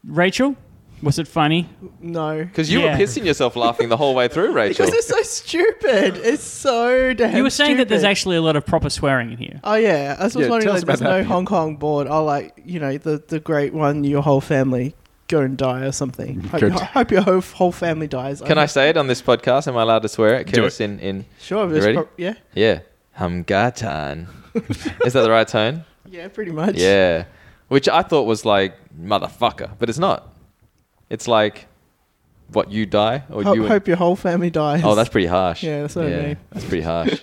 Rachel. Was it funny? No. Because you Yeah. were pissing yourself laughing the whole way through, Rachel. Because it's so stupid. It's so damn. You were saying that there's stupid. actually a lot of proper swearing in here. Oh yeah, I was just Yeah, wondering tell us like, there's about no that. Hong Kong board. Oh, like you know the the great one, your whole family go and die or something. Hope, Good. I hope your whole, whole family dies. Can I say it on this podcast? Am I allowed to swear it? Do Kiris in in Sure. You it's ready? prob- yeah. yeah. Hamgatan. Is that the right tone? Yeah. Pretty much. Yeah. Which I thought was like motherfucker, but it's not. It's like what you die or Ho- you and- hope your whole family dies. Oh, that's pretty harsh. Yeah, that's what I mean. That's pretty harsh.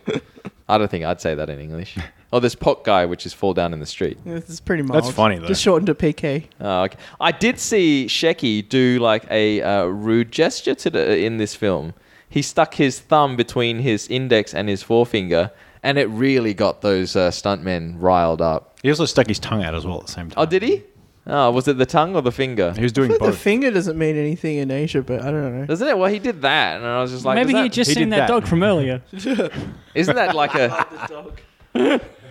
I don't think I'd say that in English. Oh, there's pot guy, which is fall down in the street. Yeah, This is pretty mild. funny, though. Just shortened to PK. Oh, okay. I did see Shecky do like a uh, rude gesture to the, in this film. He stuck his thumb between his index and his forefinger, and it really got those uh, stuntmen riled up. He also stuck his tongue out as well at the same time. Oh, did he? Oh, was it the tongue or the finger? He was I doing feel like the both. finger doesn't mean anything in Asia, but I don't know. Doesn't it? Well, he did that, and I was just like, does Maybe he that- had just he seen did that, that. dog from earlier. isn't that like a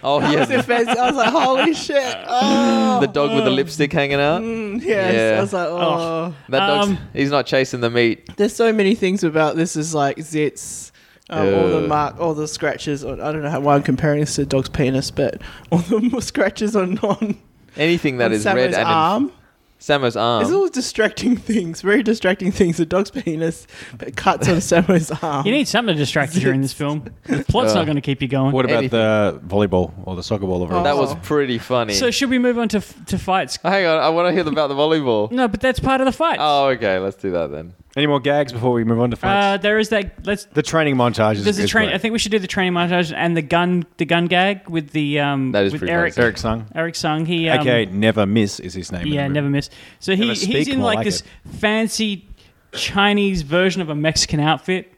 oh I was yeah, offended. I was like, holy shit! Oh, the dog with the lipstick hanging out. mm, yes. Yeah. I was like, oh. That dog's Um, he's not chasing the meat. There's so many things about this is like zits, um, all the Ugh. mark, all the scratches. On, I don't know how, why I'm comparing this to a dog's penis, but all the scratches on on, Anything that on is Samo's red and arm. Samo's arm. it's all distracting things, very distracting things. A dog's penis, but cuts on Samo's arm. You need something to distract you during this film. The plot's Uh, not going to keep you going. What about Anything. the volleyball or the soccer ball? Over Oh. that was pretty funny. so should we move on to f- to fights? Oh, Hang on, I want to hear about the volleyball. No, but that's part of the fight. Oh, okay, let's do that then. Any more gags before we move on to uh, fights? there is that. Let's. the training montage is, There's a is train. great. I think we should do the training montage and the gun. The gun gag with the um. That is with pretty Eric. nice. Eric Sung, Eric Sung. He um, aka Never Miss, is his name. in the Yeah, movie. never miss. So he, Never he's speak, in more like, like this fancy Chinese version of a Mexican outfit.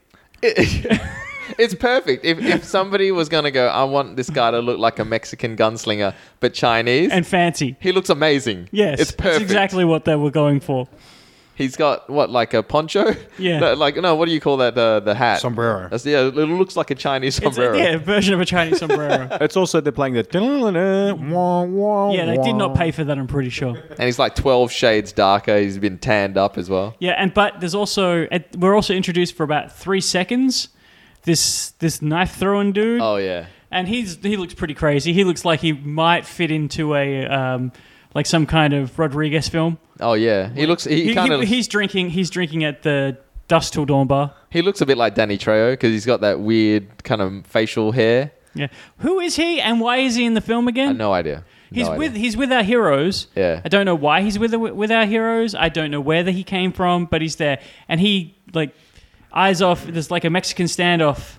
It's perfect. If, if somebody was going to go, I want this guy to look like a Mexican gunslinger, but Chinese, and fancy. he looks amazing. Yes, It's perfect. That's exactly what they were going for. He's got, what, like a poncho? Yeah. No, like, no, what do you call that? Uh, the hat? Sombrero. That's, yeah, it looks like a Chinese It's sombrero. a, yeah, a version of a Chinese sombrero. It's also they're playing the. wah, wah, yeah, they did wah. not pay for that. I'm pretty sure. And he's like 12 shades darker. He's been tanned up as well. Yeah, and but there's also at- we're also introduced for about three seconds. This this knife throwing dude, Oh, yeah. and he's he looks pretty crazy. He looks like he might fit into a um, like some kind of Rodriguez film. Oh, yeah. He looks, he, He, kind of, he- he, he's drinking he's drinking at the Dust Till Dawn bar. looks a bit like Danny Trejo because he's got that weird kind of facial hair. Yeah, who is he and why is he in the film I again? have no idea. He's No idea. with he's with our heroes. Yeah. I don't know why he's with with our heroes. I don't know where that he came from, but he's there, and he like eyes off. There's like a Mexican standoff,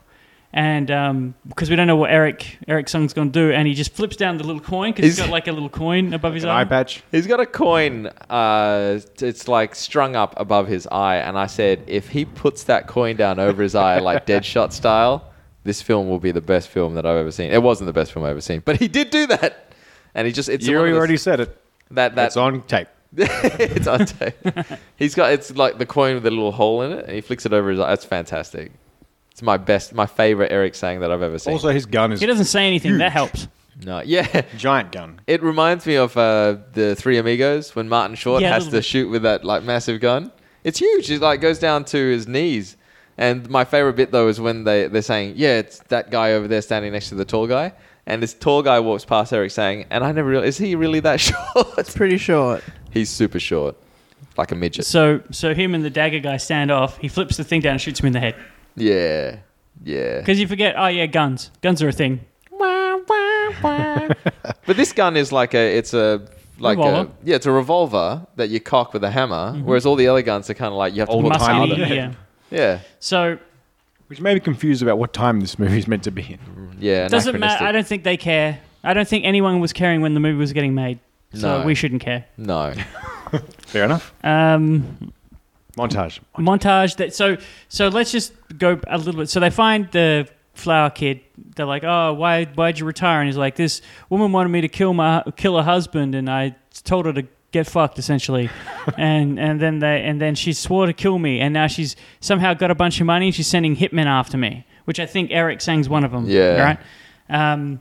and um because we don't know what Eric Eric Sung's gonna do, and he just flips down the little coin because he's Is- got like a little coin above his An eye eye. patch. He's got a coin. Uh, it's like strung up above his eye, and I said, if he puts that coin down over his eye like Deadshot style, this film will be the best film that I've ever seen. It wasn't the best film I've ever seen, but he did do that, and he just it's You one of those- already said it. that that That's on tape. it's on tape. He's got it's like the coin with a little hole in it, and he flicks it over his eye. That's fantastic. It's my best, my favorite Eric saying that I've ever seen. Also, his gun is He doesn't say anything. That helps. No, yeah. Giant gun. It reminds me of uh, the Three Amigos when Martin Short Yeah, a has little to bit. shoot with that like massive gun. It's huge. It like goes down to his knees. And my favorite bit though is when they they're saying, "Yeah, it's that guy over there standing next to the tall guy." And this tall guy walks past Eric saying, "And I never realized is he really that short? Pretty short. He's super short, like a midget." So, so him and the dagger guy stand off. He flips the thing down and shoots him in the head. Yeah, yeah. Because you forget, oh yeah, guns. Guns are a thing. But this gun is like a it's a like Revolver. Mm-hmm. a yeah it's a revolver that you cock with a hammer, whereas all the other guns are kind of like you have to Old look timey. harder. Musky, harder. yeah. Yeah, So Which may be confused about what time this movie is meant to be in. yeah. doesn't matter. anachronistic. I don't think they care. I don't think anyone was caring when the movie was getting made. So No. we shouldn't care. No. Fair enough. Um, Montage. montage that so so let's just go a little bit so they find the flower kid they're like oh why why'd you retire and he's like this woman wanted me to kill my kill her husband and i told her to get fucked essentially and and then they and then she swore to kill me and now she's somehow got a bunch of money and she's sending hitmen after me which i think eric sang's one of them Yeah. right um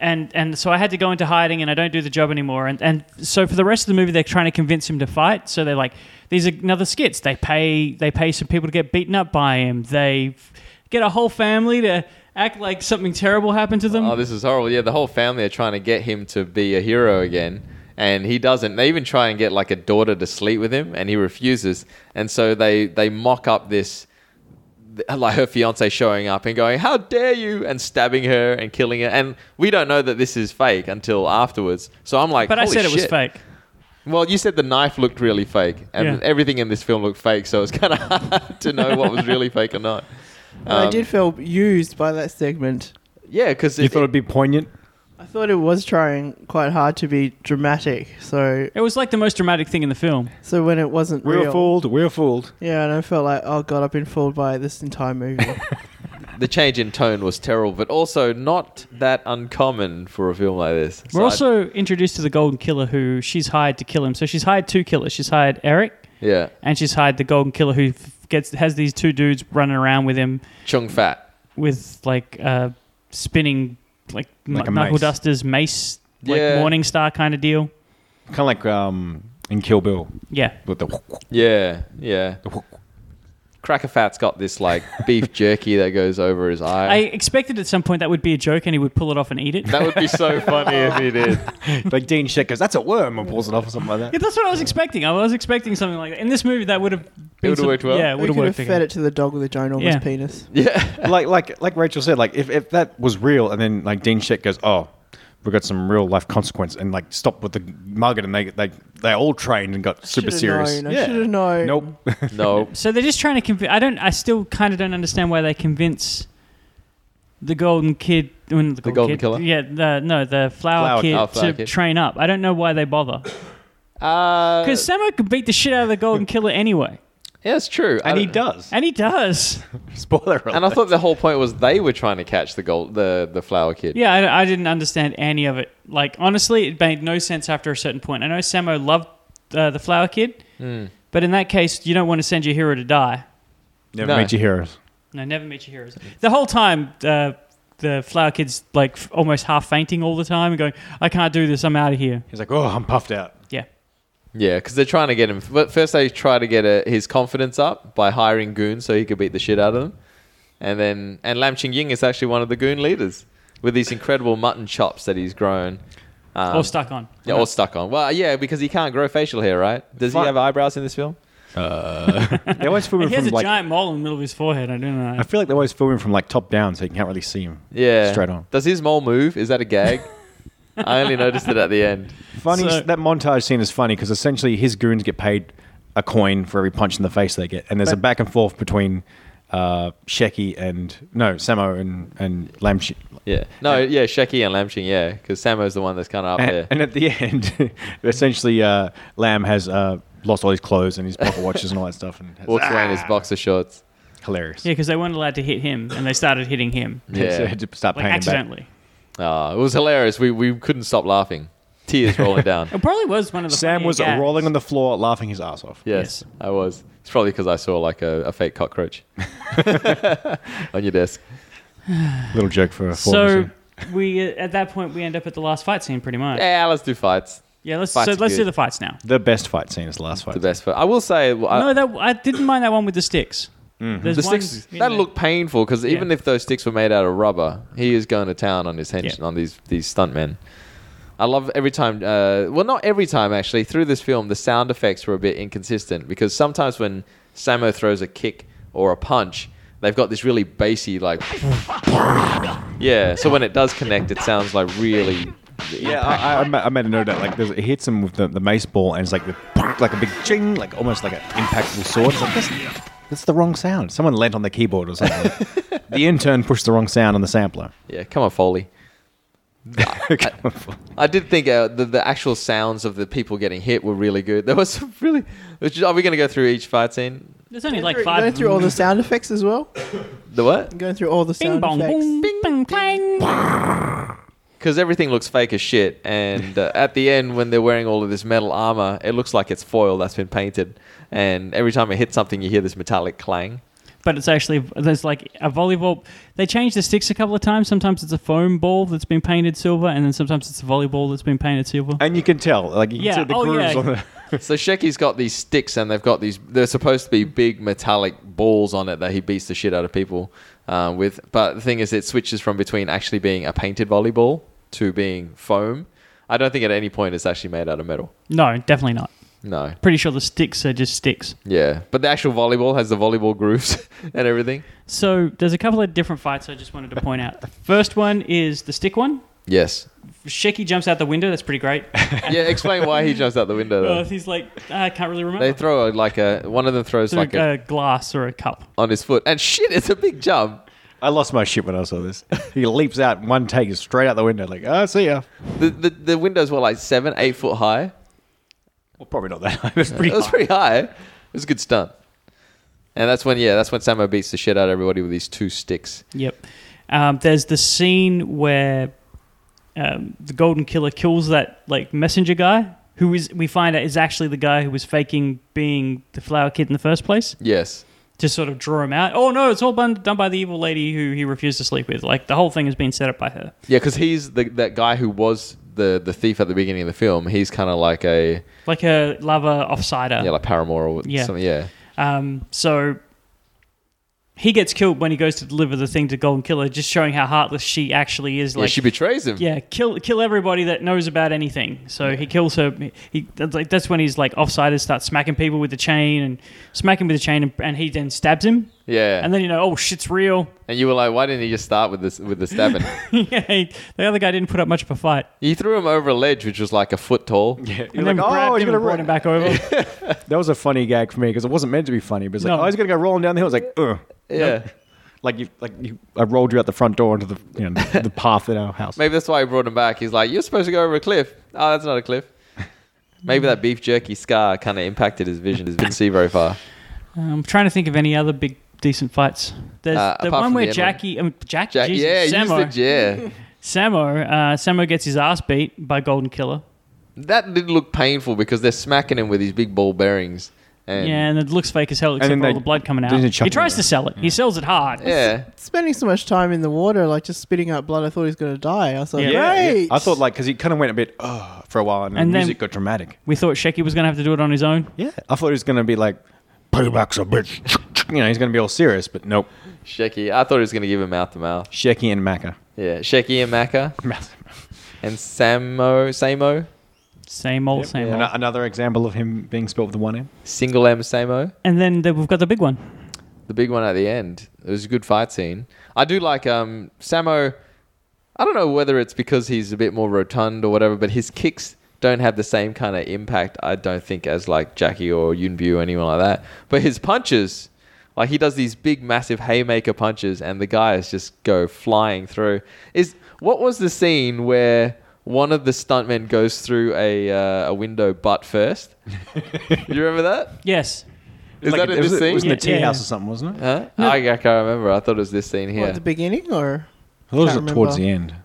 and and so I had to go into hiding, and I don't do the job anymore. And and so for the rest of the movie, they're trying to convince him to fight. So they're like, these are another skits. They pay they pay some people to get beaten up by him. They f- get a whole family to act like something terrible happened to them. Oh, this is horrible. Yeah, the whole family are trying to get him to be a hero again, and he doesn't. They even try and get like a daughter to sleep with him, and he refuses. And so they they mock up this th- like her fiance showing up and going, "How dare you!" and stabbing her and killing her. And we don't know that this is fake until afterwards. So I'm like, but I "Holy said it was shit." fake. Well, you said the knife looked really fake, and Yeah. everything in this film looked fake. So it's kind of hard to know what was really fake or not. Um, I did feel used by that segment. Yeah, because You thought it'd be poignant? I thought it was trying quite hard to be dramatic. So It was like the most dramatic thing in the film. so when it wasn't We real, were fooled. We were fooled. yeah, and I felt like oh god, I've been fooled by this entire movie. the change in tone was terrible, but also not that uncommon for a film like this. So We're I- also introduced to the Golden Killer, who she's hired to kill him. So she's hired two killers. She's hired Eric, yeah, and she's hired the Golden Killer, who f- gets has these two dudes running around with him. Chung Fat. with like uh, spinning like, Like kn- a knuckle mace. dusters, mace, like Yeah. Morning Star kind of deal. Kind of like um, in Kill Bill Yeah, with the. Yeah, yeah. Cracker Fat's got this like beef jerky that goes over his I eye. expected at some point that would be a joke, and he would pull it off and eat it. that would be so funny if he did. like Dean Shit goes, that's a worm, and pulls it off or something like Yeah, that. that's what I was expecting. I was expecting something like that. In this movie, that would have been would've some- worked well. Yeah, it we would have could have worked. fed okay. it to the dog with a giant enormous Yeah. penis. Yeah, like, like, like Rachel said, like if, if that was real, and then like Dean Shit goes, oh, we got some real life consequence, and like stop with the mugger, and they they they all trained and got super Should've serious. known, I should've known. Nope. no. So they're just trying to convince. I don't. I still kind of don't understand why they convince the golden kid. When the, golden Golden kid, Killer? Yeah. The, no, the flower, Flower- kid oh, Flower to Kid. train up. I don't know why they bother. Uh, Because Samo could beat the shit out of the golden killer anyway, yeah, it's true. I and he don't- does. and he does. Spoiler alert. And I thought the whole point was they were trying to catch the gold, the the flower kid. Yeah, I, I didn't understand any of it. Like, honestly, it made no sense after a certain point. I know Samo loved uh, the Flower Kid, but in that case, you don't want to send your hero to die. Never No. meet your heroes. No, never meet your heroes. The whole time, uh, the Flower Kid's like f- almost half fainting all the time and going, I can't do this, I'm out of here. He's like, oh, I'm puffed out. Yeah. Yeah, because they're trying to get him. But first, they try to get uh his confidence up by hiring goons so he could beat the shit out of them. And then, and Lam Ching Ying is actually one of the goon leaders with these incredible mutton chops that he's grown. Um, all stuck on. Yeah, all stuck on. Well, yeah, because he can't grow facial hair, right? Does Fine. he have eyebrows in this film? They always film him He has from a like. giant mole in the middle of his forehead, I don't know. I feel like they always film him from like top down, so you can't really see him. Yeah. straight on. Does his mole move? Is that a gag? I only noticed it at the end. Funny So- that montage scene is funny because essentially his goons get paid a coin for every punch in the face they get, and there's a back and forth between uh, Shecky and no Samo and and Lam. Shi- Yeah. No, yeah, Shecky and Lam Ching, yeah, because Samo's the one that's kind of up and, there. and at the end, essentially uh, Lam has uh, lost all his clothes and his pocket watches and all that stuff, and has, Walks around in his boxer shorts. hilarious. Yeah, because they weren't allowed to hit him, and they started hitting him. Yeah. So he had to start Like, paying him back. accidentally. Ah, it was hilarious. We, we couldn't stop laughing. Tears rolling down. It probably was one of the Sam funnier was gags. rolling on the floor, laughing his ass off. Yes, Yes. I was. It's probably because I saw like a, a fake cockroach on your desk. Little joke for a So we uh, at that point we end up at the last fight scene pretty much. Yeah, Yeah, let's do fights. Fights let's so are let's do good. the fights now. The best fight scene is the last fight. The best. Fight. I will say, well, I- Mm-hmm. no, that I didn't mind that one with the sticks. There's the one- sticks that looked painful because even if those sticks were made out of rubber, he is going to town on his hench- Yeah. on these these stuntmen. I love every time. Uh, well, not every time actually. Through this film, the sound effects were a bit inconsistent because sometimes when Samo throws a kick or a punch, they've got this really bassy like. yeah. So when it does connect, it sounds like really. Yeah, I, I, I ma- I made a note that like there's, it hits him with the, the mace ball, and it's like the like a big ching, like almost like an impactful sword. It's like, that's, that's the wrong sound. Someone leant on the keyboard or something. the intern pushed the wrong sound on the sampler. Yeah. Come on, Foley. I did think uh, the, the actual sounds of the people getting hit were really good. There was some really. Which, are we going to go through each fight scene? There's only like Through- five. Going through all the sound effects as well. The what? Going through all the Bing sound bong effects. boom, bing bong clang. because everything looks fake as shit. And uh, at the end, when they're wearing all of this metal armor, it looks like it's foil that's been painted. And every time it hits something, you hear this metallic clang. but it's actually there's like a volleyball. They change the sticks a couple of times. Sometimes it's a foam ball that's been painted silver, and then sometimes it's a volleyball that's been painted silver. And you can tell, like you can Yeah, see the oh, grooves yeah. on the. So Sheki's got these sticks, and they've got these. They're supposed to be big metallic balls on it that he beats the shit out of people uh, with. But the thing is, it switches from between actually being a painted volleyball to being foam. I don't think at any point it's actually made out of metal. No, definitely not. No. Pretty sure the sticks are just sticks. Yeah. But the actual volleyball has the volleyball grooves and everything. So there's a couple of different fights I just wanted to point out. The first one is the stick one. Yes. Sheki jumps out the window. That's pretty great. Yeah, explain why he jumps out the window, though. Uh, he's like, I can't really remember. They throw a, like a one of them throws Through like a, a, glass or a cup. on his foot, and shit, it's a big jump. I lost my shit when I saw this. He leaps out in one take, straight out the window, like ah, see ya. The, the the windows were like seven, eight foot high. Well, probably not that. high. It was pretty. It was high. pretty high. It was a good stunt. And that's when yeah, that's when Samo beats the shit out of everybody with these two sticks. Yep. Um, there's the scene where um, the Golden Killer kills that like messenger guy, who is we find out is actually the guy who was faking being the flower kid in the first place Yes. to to sort of draw him out. Oh no, it's all done, done by the evil lady who he refused to sleep with. Like the whole thing has been set up by her. Yeah, because he's the that guy who was the the thief at the beginning of the film. He's kind of like a Like a lover offsider. yeah, like Paramore or Yeah. something. Yeah. Um, so he gets killed when he goes to deliver the thing to Golden Killer, just showing how heartless she actually is. Yeah, Like she betrays him. Yeah, kill kill everybody that knows about anything. So he kills her. He that's like that's when he's like offsiders start smacking people with the chain and smacking with the chain, and, and he then stabs him. Yeah. And then you know, oh shit's real. and you were like, why didn't he just start with this with the stabbing? yeah, he- the other guy didn't put up much of a fight, he threw him over a ledge, which was like a foot tall. Yeah. You're and then like, grabbed "Oh, he's him gonna and brought roll- him back over. That was a funny gag for me because it wasn't meant to be funny, but it's like, No. oh, he's gonna go rolling down the hill. It's like, ugh. Yeah. Like you, like you, I rolled you out the front door into the, you know, the path in our house. Maybe that's why he brought him back. He's like, you're supposed to go over a cliff. Oh, that's not a cliff. Maybe that beef jerky scar kind of impacted his vision. He didn't see very far. I'm trying to think of any other big decent fights. There's Uh, the apart one from where the end one. Jackie, um, Jack, Jack, Jesus, yeah, you Samo, said yeah. Samo, uh, Samo gets his ass beat by Golden Killer. That did look painful because they're smacking him with these big ball bearings. And Yeah, and it looks fake as hell, except then for all they- the blood coming out. then they chuck He him tries to away. sell it. He sells it hard. yeah. Spending so much time in the water, like just spitting out blood, I thought he was going to die. I was like, Yeah. great. I thought like because he kind of went a bit oh for a while, and, And the then- music got dramatic. We thought Shecky was going to have to do it on his own. Yeah, I thought he was gonna be like payback's a bitch. you know, he's gonna be all serious, but nope. Shecky. I thought he was going to give him mouth to mouth. Shecky and Macca. Yeah. Shecky and Maka and Samo, Samo, Same old, same An- old. another example of him being spelt with the one M. single M Samo. And then the, we've got the big one. the big one at the end. It was a good fight scene. I do like um, Samo. I don't know whether it's because he's a bit more rotund or whatever, but his kicks don't have the same kind of impact. I don't think as like Jackie or Yunbu or anyone like that. But his punches, like he does these big, massive haymaker punches, and the guys just go flying through. Is what was the scene where? One of the stuntmen goes through a, uh, a window butt first. you remember that? Yes. Is Like, that it in was, this it scene? was in a Yeah, tea yeah, house yeah. or something, wasn't it? Huh? I, I can't remember. I thought it was this scene What, here. at the beginning or I thought it Can't was towards the remember. end.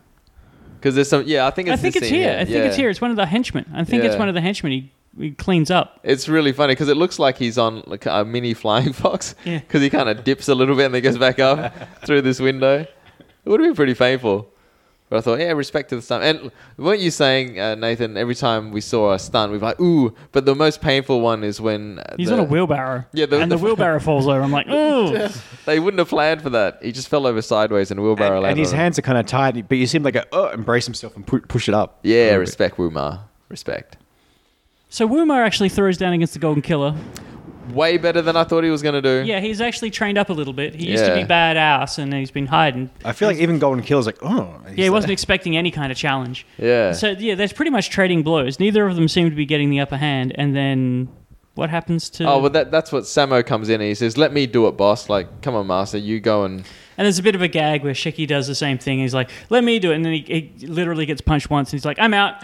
Because there's some. Yeah, I think I it's. think this it's scene here. I think it's yeah. here. It's one of the henchmen. I think it's Yeah. one of the henchmen. He, he cleans up. It's really funny because it looks like he's on like a mini flying fox. Yeah. Because he kind of dips a little bit and then goes back up through this window. It would have been pretty painful. But I thought, yeah, respect to the stunt. And weren't you saying, uh, Nathan, every time we saw a stunt, we were like, ooh. But the most painful one is when uh, He's the- on a wheelbarrow. Yeah, the- and the, the- wheelbarrow falls over. I'm like, ooh. They wouldn't have planned for that. He just fell over sideways and a wheelbarrow And, landed. and his on him. hands are kind of tied, but you seem like a oh, embrace himself and pu- push it up. Oh, a Yeah, little bit. respect, Wuma. Respect. So Wumar actually throws down against the Golden Killer. Way better than I thought he was going to do. Yeah, he's actually trained up a little bit. He used to be Yeah. badass, and he's been hiding. I feel like even Golden Killer's like, oh, he's Yeah, he like- wasn't expecting any kind of challenge. Yeah. So yeah, there's pretty much trading blows. Neither of them seem to be getting the upper hand. And then what happens to? Oh, well, that, that's what Samo comes in and he says, let me do it, boss. Like, come on, master, you go and... and there's a bit of a gag where Shiki does the same thing. He's like, "Let me do it," and then he, he literally gets punched once, and he's like, "I'm out."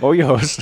Oh, yours.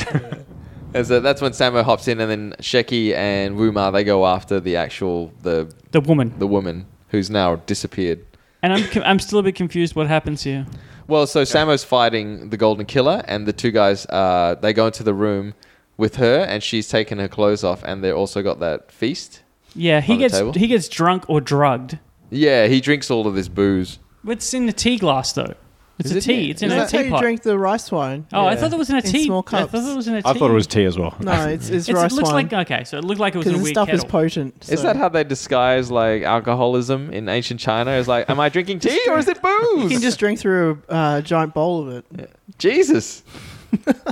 And so that's when Samo hops in and then Sheki and Wuma, they go after the actual, the, the woman. the woman who's now disappeared. And I'm co- I'm still a bit confused. What happens here? Well, so Samo's fighting the Golden Killer, and the two guys uh, they go into the room with her, and she's taken her clothes off, and they also got that feast. Yeah, he On the gets table? he gets drunk or drugged. Yeah, he drinks all of this booze. It's in a tea glass though. It's Is a it? tea. It's in Is a that That's how teapot. you drink the rice wine. Oh, I Yeah. thought that was in a In tea. small I cups. thought it was in a tea. I thought it was tea as well. No, it's, it's, It's- rice it looks wine. like okay, so it looked like it was in Because a the weird stuff kettle. is potent. Is so- that how they disguise like alcoholism in ancient China? Is like, am I drinking tea or is it booze? you can just drink through a uh, giant bowl of it. Jesus.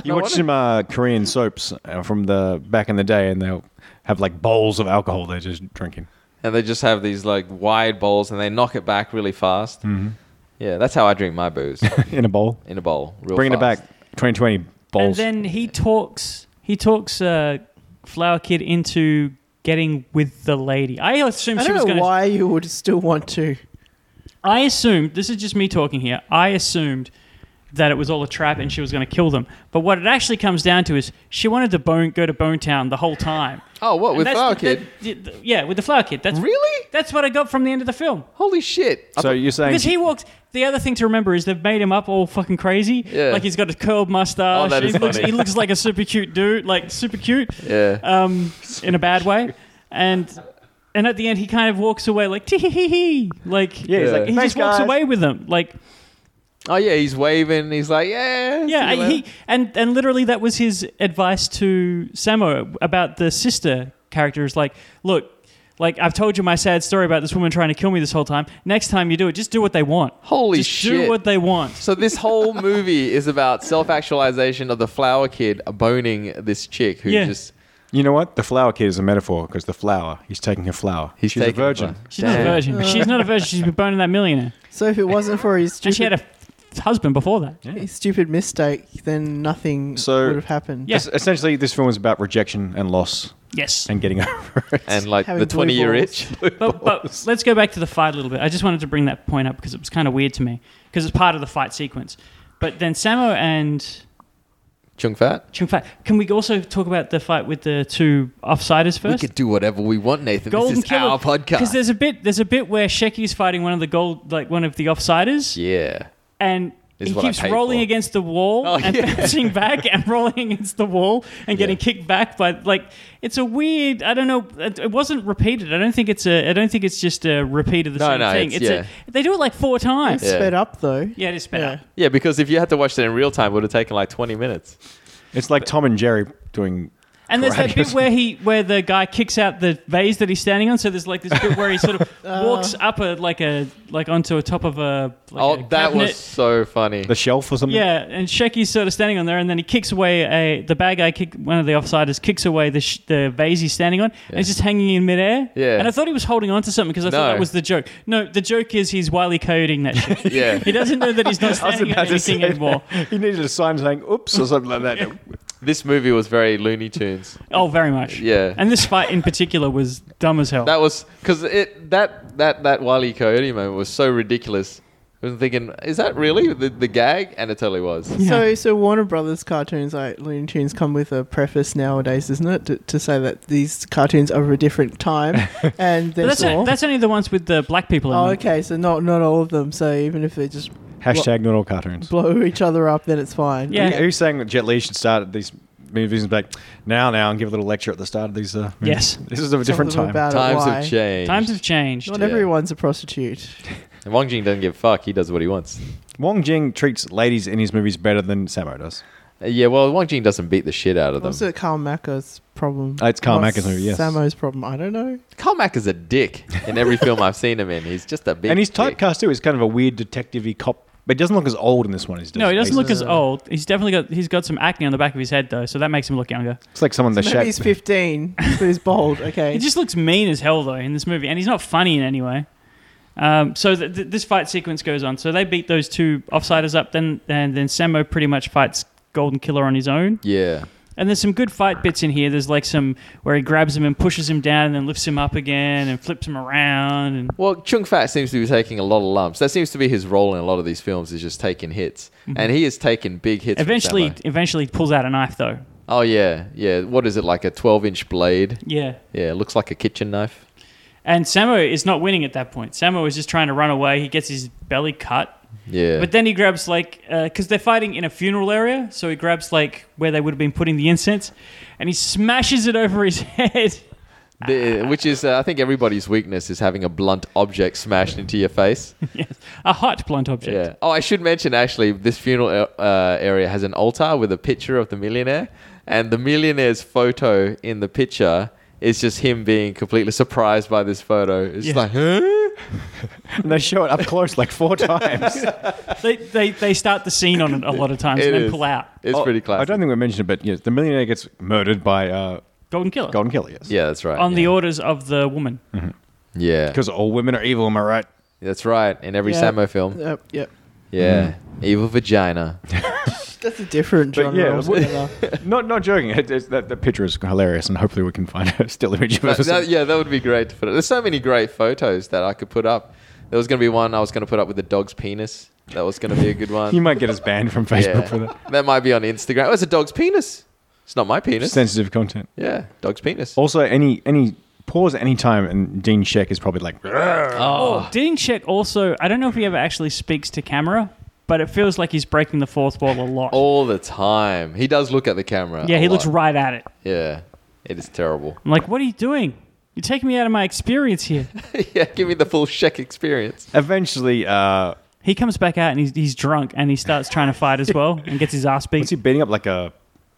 You watch some uh, Korean soaps uh, from the back in the day, and they'll have like bowls of alcohol they're just drinking. And they just have these like wide bowls, and they knock it back really fast. Mm-hmm. Yeah, that's how I drink my booze in a bowl. in a bowl. Real Bringing it back, fast. 2020 And bowls. then he talks. He talks uh, Flower Kid into getting with the lady. I assumed I she was don't know going. to why you would still want to. I assumed this is just me talking here. I assumed that it was all a trap and she was going to kill them. But what it actually comes down to is she wanted to bone go to Bone Town the whole time. Oh, what And with that's Flower the- Kid? the- the- yeah, with the Flower Kid. That's Really? That's what I got from the end of the film. Holy shit! I so thought- you're saying Because he walked. The other thing to remember is they've made him up all fucking crazy. Yeah. Like he's got a curled mustache. Oh, that is he, looks, funny. he looks like a super cute dude, like super cute, yeah. um, in a bad way. And and at the end, he kind of walks away like tee hee hee hee. Like Yeah, he's like, he "Thanks, just walks guys." away with them. Like Oh yeah, he's waving. He's like, yeah, see yeah, you and he later." and and literally that was his advice to Samo about the sister character. Is like, look. Like I've told you my sad story about this woman trying to kill me this whole time. Next time you do it, just do what they want. Holy just shit. Do what they want. So this whole movie is about self-actualization of the flower kid boning this chick who Yeah. just you know what? The flower kid is a metaphor because the flower, he's taking her flower. he's She's a taking virgin. flower. She's not a Damn. virgin. She's not a virgin. She's been boning that millionaire. So if it wasn't for his And she had a stupid, f- husband before that. his stupid mistake, then nothing So- would have happened. Yeah. Es- Essentially, this film is about rejection and loss Yes. and getting over it. And like Having the blue twenty-year itch. balls. But, but let's go back to the fight a little bit. I just wanted to bring that point up because it was kind of weird to me because it's part of the fight sequence. But then Samo and Chung Fat. Chung Fat. Can we also talk about the fight with the two offsiders We first? could do whatever we want, Nathan. this is our Because podcast. there's a bit there's a bit where Sheki's fighting one of the gold like one of the offsiders. Yeah. and This he is what I keeps paid rolling for. against the wall Oh, and yeah. bouncing back and rolling against the wall and getting Yeah. kicked back by like it's a weird I don't know it, it wasn't repeated I don't think it's a I don't think it's just a repeat of the No, same no, thing it's- a, they do it like four times Yeah. yeah, Sped up though. it is better Yeah, because if you had to watch that in real time, it would have taken like twenty minutes. It's like Tom and Jerry doing. and there's that karate. bit where he where the guy kicks out the vase that he's standing on so there's like this bit where he sort of walks up a like a like onto a top of a like oh, a that cabinet. was so funny. the shelf or something. Yeah, and Sheki's sort of standing on there, and then he kicks away a the bad guy kick one of the offsiders kicks away the sh- the vase he's standing on, and it's just hanging in midair. Yeah. and I thought he was holding on to something because I No. thought that was the joke. No, the joke is he's wily coyoting that shit. Yeah. he doesn't know that he's not standing on anything anymore. he needed a sign saying "oops" or something like that. This movie was very Looney Tunes. Oh, very much. Yeah. and this fight in particular was dumb as hell. That was because it that that that Wile E. Coyote moment was so ridiculous. I was thinking, is that really the, the gag? And it totally was. Yeah. So, so Warner Brothers cartoons, like Looney Tunes, come with a preface nowadays, isn't it, to, to say that these cartoons are of a different time, and but there's that's, all. that's only the ones with the black people. In oh, them. okay. So not not all of them. So even if they just Hashtag not all cartoons. blow each other up, then it's fine. Yeah. Who- Who's saying that Jet Li should start at these movies and be like, now, now, and give a little lecture at the start of these uh, Yes. movies? This is of a different Tell time. them about it, Times why. have changed. Times have changed. Not Yeah. everyone's a prostitute. And Wong Jing doesn't give a fuck. He does what he wants. Wong Jing treats ladies in his movies better than Samo does. Uh, Yeah, well, Wong Jing doesn't beat the shit out of them. What's it Carl Macker's problem? Uh, it's Karl What's Macker's movie, yes. Samo's problem. I don't know. Carl Mack is a dick in every film I've seen him in. He's just a big and he's dick. typecast too. He's kind of a weird detective-y cop, but he doesn't look as old in this one. As No, he doesn't look He's- as old. He's definitely got he's got some acne on the back of his head though, so that makes him look younger. It's like someone they Maybe he's shaped. 15, but he's bald. Okay. He just looks mean as hell though in this movie, and he's not funny in any way. Um, so th- th- this fight sequence goes on. So they beat those two offsiders up, then and then Sammo pretty much fights Golden Killer on his own. yeah. And there's some good fight bits in here. There's like some where he grabs him and pushes him down, and then lifts him up again and flips him around. And Well, Chung Fat seems to be taking a lot of lumps. That seems to be his role in a lot of these films is just taking hits, and he is taking big hits. from eventually, Sammo. eventually pulls out a knife though. oh yeah, yeah. What is it like a twelve-inch blade? Yeah. Yeah, it looks like a kitchen knife. And Sammo is not winning at that point. Sammo is just trying to run away. He gets his belly cut. Yeah, But then he grabs like because they're fighting in a funeral area, so he grabs like where they would have been putting the incense, and he smashes it over his head. The- which is uh, I think everybody's weakness is having a blunt object smashed into your face. yes, a hot blunt object. Yeah. Oh, I should mention actually, this funeral uh, area has an altar with a picture of the millionaire, and the millionaire's photo in the picture is just him being completely surprised by this photo. It's Yeah. like, huh? and they show it up close like four times. They, they they start the scene on it a lot of times It and then is. pull out. It's Oh, pretty classic. I don't think we mentioned it, but yes, the millionaire gets murdered by uh, Golden Killer Golden Killer. Yes. yeah, that's right. on yeah. the orders of the woman. Yeah, Because all women are evil, am I right? that's right. In every Yeah. Sammo film. Yep, yep. Yeah. Evil vagina. That's a different But genre yeah, altogether. Not not joking. It, it's, that, that picture is hilarious, and hopefully we can find a still image of it. That- that- yeah, that would be great to put up. There's so many great photos that I could put up. There was going to be one I was going to put up with the dog's penis. That was going to be a good one. You might get us banned from Facebook yeah. for that. That might be on Instagram. Oh, it's a dog's penis. It's not my penis. Sensitive content. Yeah, dog's penis. Also, any any pause at any time, and Dean Sheck is probably like, "Grr." Oh, Dean Check also. I don't know if he ever actually speaks to camera, but it feels like he's breaking the fourth wall a lot. All the time. He does look at the camera. yeah, Oh, a he looks lot. right at it. Yeah, it is terrible. I'm like, what are you doing? You're taking me out of my experience here. yeah, give me the full Sheck experience. eventually, uh, He comes back out and he's, he's drunk and he starts trying to fight as well and gets his ass what's beat. he beating up like a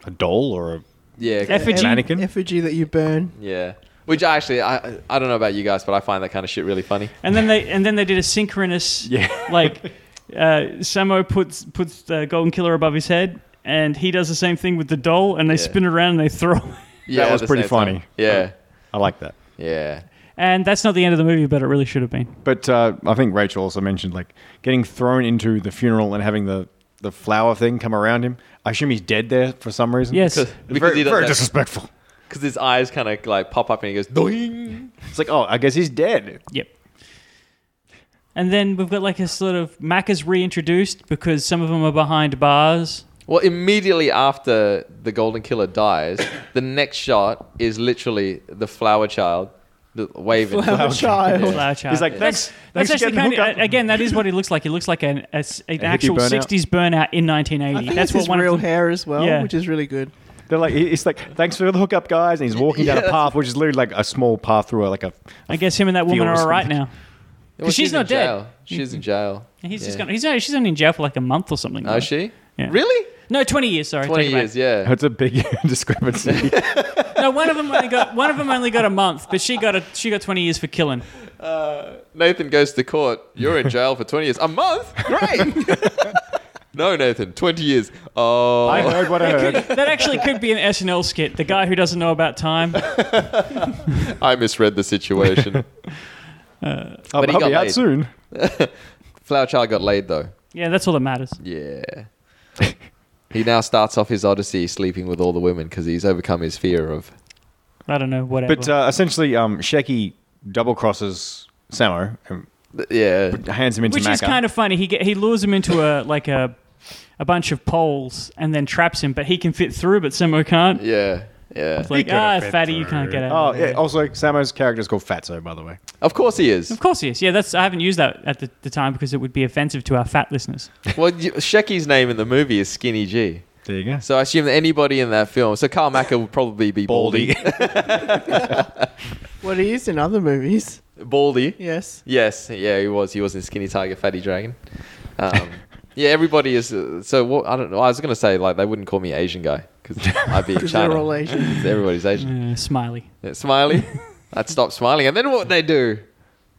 a doll or a Yeah, Effigy. an Anakin? Effigy that you burn. yeah. Which actually, I I don't know about you guys, but I find that kind of shit really funny. And then they and then they did a synchronous Yeah. like uh, Samo puts puts the Golden Killer above his head and he does the same thing with the doll and they spin it around and they throw. it. Yeah, was at the pretty same time. funny. Yeah, I like that. yeah. And that's not the end of the movie, but it really should have been. But uh, I think Rachel also mentioned like getting thrown into the funeral and having the the flower thing come around him. I assume he's dead there for some reason. Yes. It's Because very, he does very that. disrespectful. Because his eyes kind of like pop up and he goes, doing. It's like, oh, I guess he's dead. Yep. And then we've got like a sort of Mac is reintroduced because some of them are behind bars. Well, immediately after the Golden Killer dies, the next shot is literally the flower child the- waving. Flower child. Flower child. like, "Thanks- that's, thanks for actually getting the kind of, hookup." again, that is what he looks like. He looks like an, a s an hippie actual burnout. 60s burnout in 1980. I think that's it's what his one real of them, hair as well, Yeah. which is really good. They're like, he- it's like, thanks for the hookup, guys. And he's walking down a path, which is literally like a small path through a, like a. I guess him and that woman Field or are all right something. now. Well, she's in not dead. jail. She's in jail. And He's just Yeah. gonna, he's, not- she's only in jail for like a month or something. Oh, though. is she? Yeah. Really? No, 20 years, sorry. 20 take it back. years, yeah. That's a big discrepancy. No, one of them only got one of them only got a month, but she got a she got 20 years for killing. Nathan goes to court. You're in jail for 20 years. A month? Great. no, Nathan, 20 years. Oh. I heard what I heard. That actually could be an SNL skit. The guy who doesn't know about time. I misread the situation. I'll, But he I'll got be out laid. soon. flower child got laid, though. Yeah, that's all that matters. Yeah. he now starts off his odyssey sleeping with all the women because he's overcome his fear of. I don't know, whatever. But uh, essentially, um, Shecky double crosses Samo and Yeah. hands him into Which is Macca. kind of funny. He get, he lures him into a like a a bunch of poles and then traps him, but he can fit through, but Simo can't. Yeah. Yeah. It's like could've ah, fit fatty, you can't get Oh, out. yeah. Also, Samo's character is called Fatso, by the way. Of course he is. Of course he is. Yeah, that's I haven't used that at the, the time because it would be offensive to our fat listeners. Well, you- Shecky's name in the movie is Skinny G. There you go. So I assume that anybody in that film. So Carl Macker would probably be Baldy. Baldy. What he is in other movies. Baldy. Yes. Yes, yeah, he was. He was in Skinny Tiger, Fatty Dragon. Um, yeah, everybody is. Uh, so what? I don't know. I was gonna say like they wouldn't call me Asian guy because I'd be in 'Cause they're China. all Asian. 'Cause Everybody's Asian. Uh, smiley. Yeah, smiley. I'd stop smiling, and then what would they do?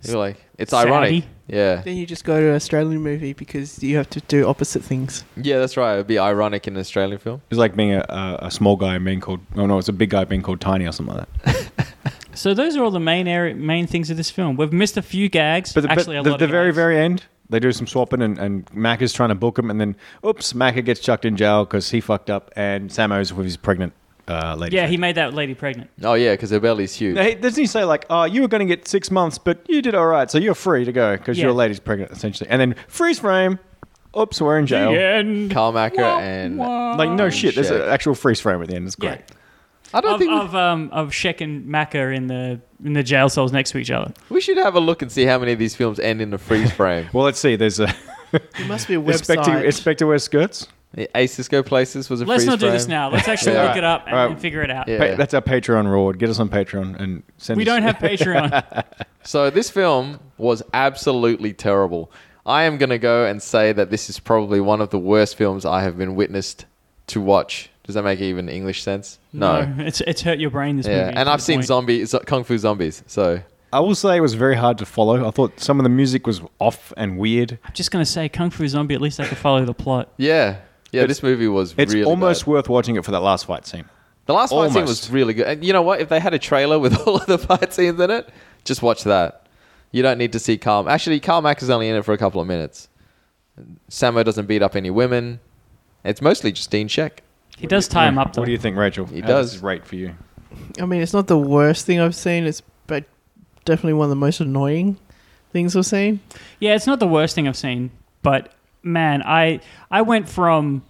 You're like, it's ironic. Saudi. Yeah, Then you just go to an Australian movie because you have to do opposite things. yeah, that's right. It'd be ironic in an Australian film. It's like being a, a, a small guy being called. Oh no, it's a big guy being called tiny or something like that. So those are all the main area, main things of this film. We've missed a few gags. But the, actually, but a the, lot the of very gags. very end, they do some swapping, and, and Mac is trying to book him, and then oops, Mac gets chucked in jail because he fucked up, and Samo's with his pregnant uh, lady. Yeah, friend. he made that lady pregnant. Oh yeah, because her belly's huge. Now, he- doesn't he say like, "Oh, you were going to get six months, but you did all right, so you're free to go because Yeah. your lady's pregnant, essentially." And then freeze frame. Oops, we're in jail. Carl Macker and Like no shit, there's Oh, shit. an actual freeze frame at the end. It's Yeah. great. I don't Of, think we- of um of Sheck and Macca in the in the jail cells next to each other. we should have a look and see how many of these films end in a freeze frame. Well, let's see. There's a There must be a expect to website. expect to wear skirts. The Aces Go Places was a Let's freeze not do this frame. now. Let's actually Yeah. look it up and, Alright. and figure it out. Yeah. Pa- that's our Patreon reward. Get us on Patreon and send. We us- don't have Patreon. So this film was absolutely terrible. I am going to go and say that this is probably one of the worst films I have been witnessed to watch. Does that make even English sense? No. it's it's hurt your brain this Yeah, movie. and to I've the seen point. zombie zo- kung fu zombies. So I will say it was very hard to follow. I thought some of the music was off and weird. I'm just gonna say Kung Fu Zombie. At least I could follow the plot. yeah, yeah, It's- this movie was It's really almost bad. worth watching it for that last fight scene. the last fight scene almost. was really good. And you know what? If they had a trailer with all of the fight scenes in it, just watch that. You don't need to see Carl. Actually, Carl Mack is only in it for a couple of minutes. Samo doesn't beat up any women. It's mostly just Dean Sheck. He does tie him up though. Hmm. What do you think, Rachel? It How does. this rate for you. I mean, it's not the worst thing I've seen. It's but definitely one of the most annoying things I've seen. Yeah, it's not the worst thing I've seen, but man, I I went from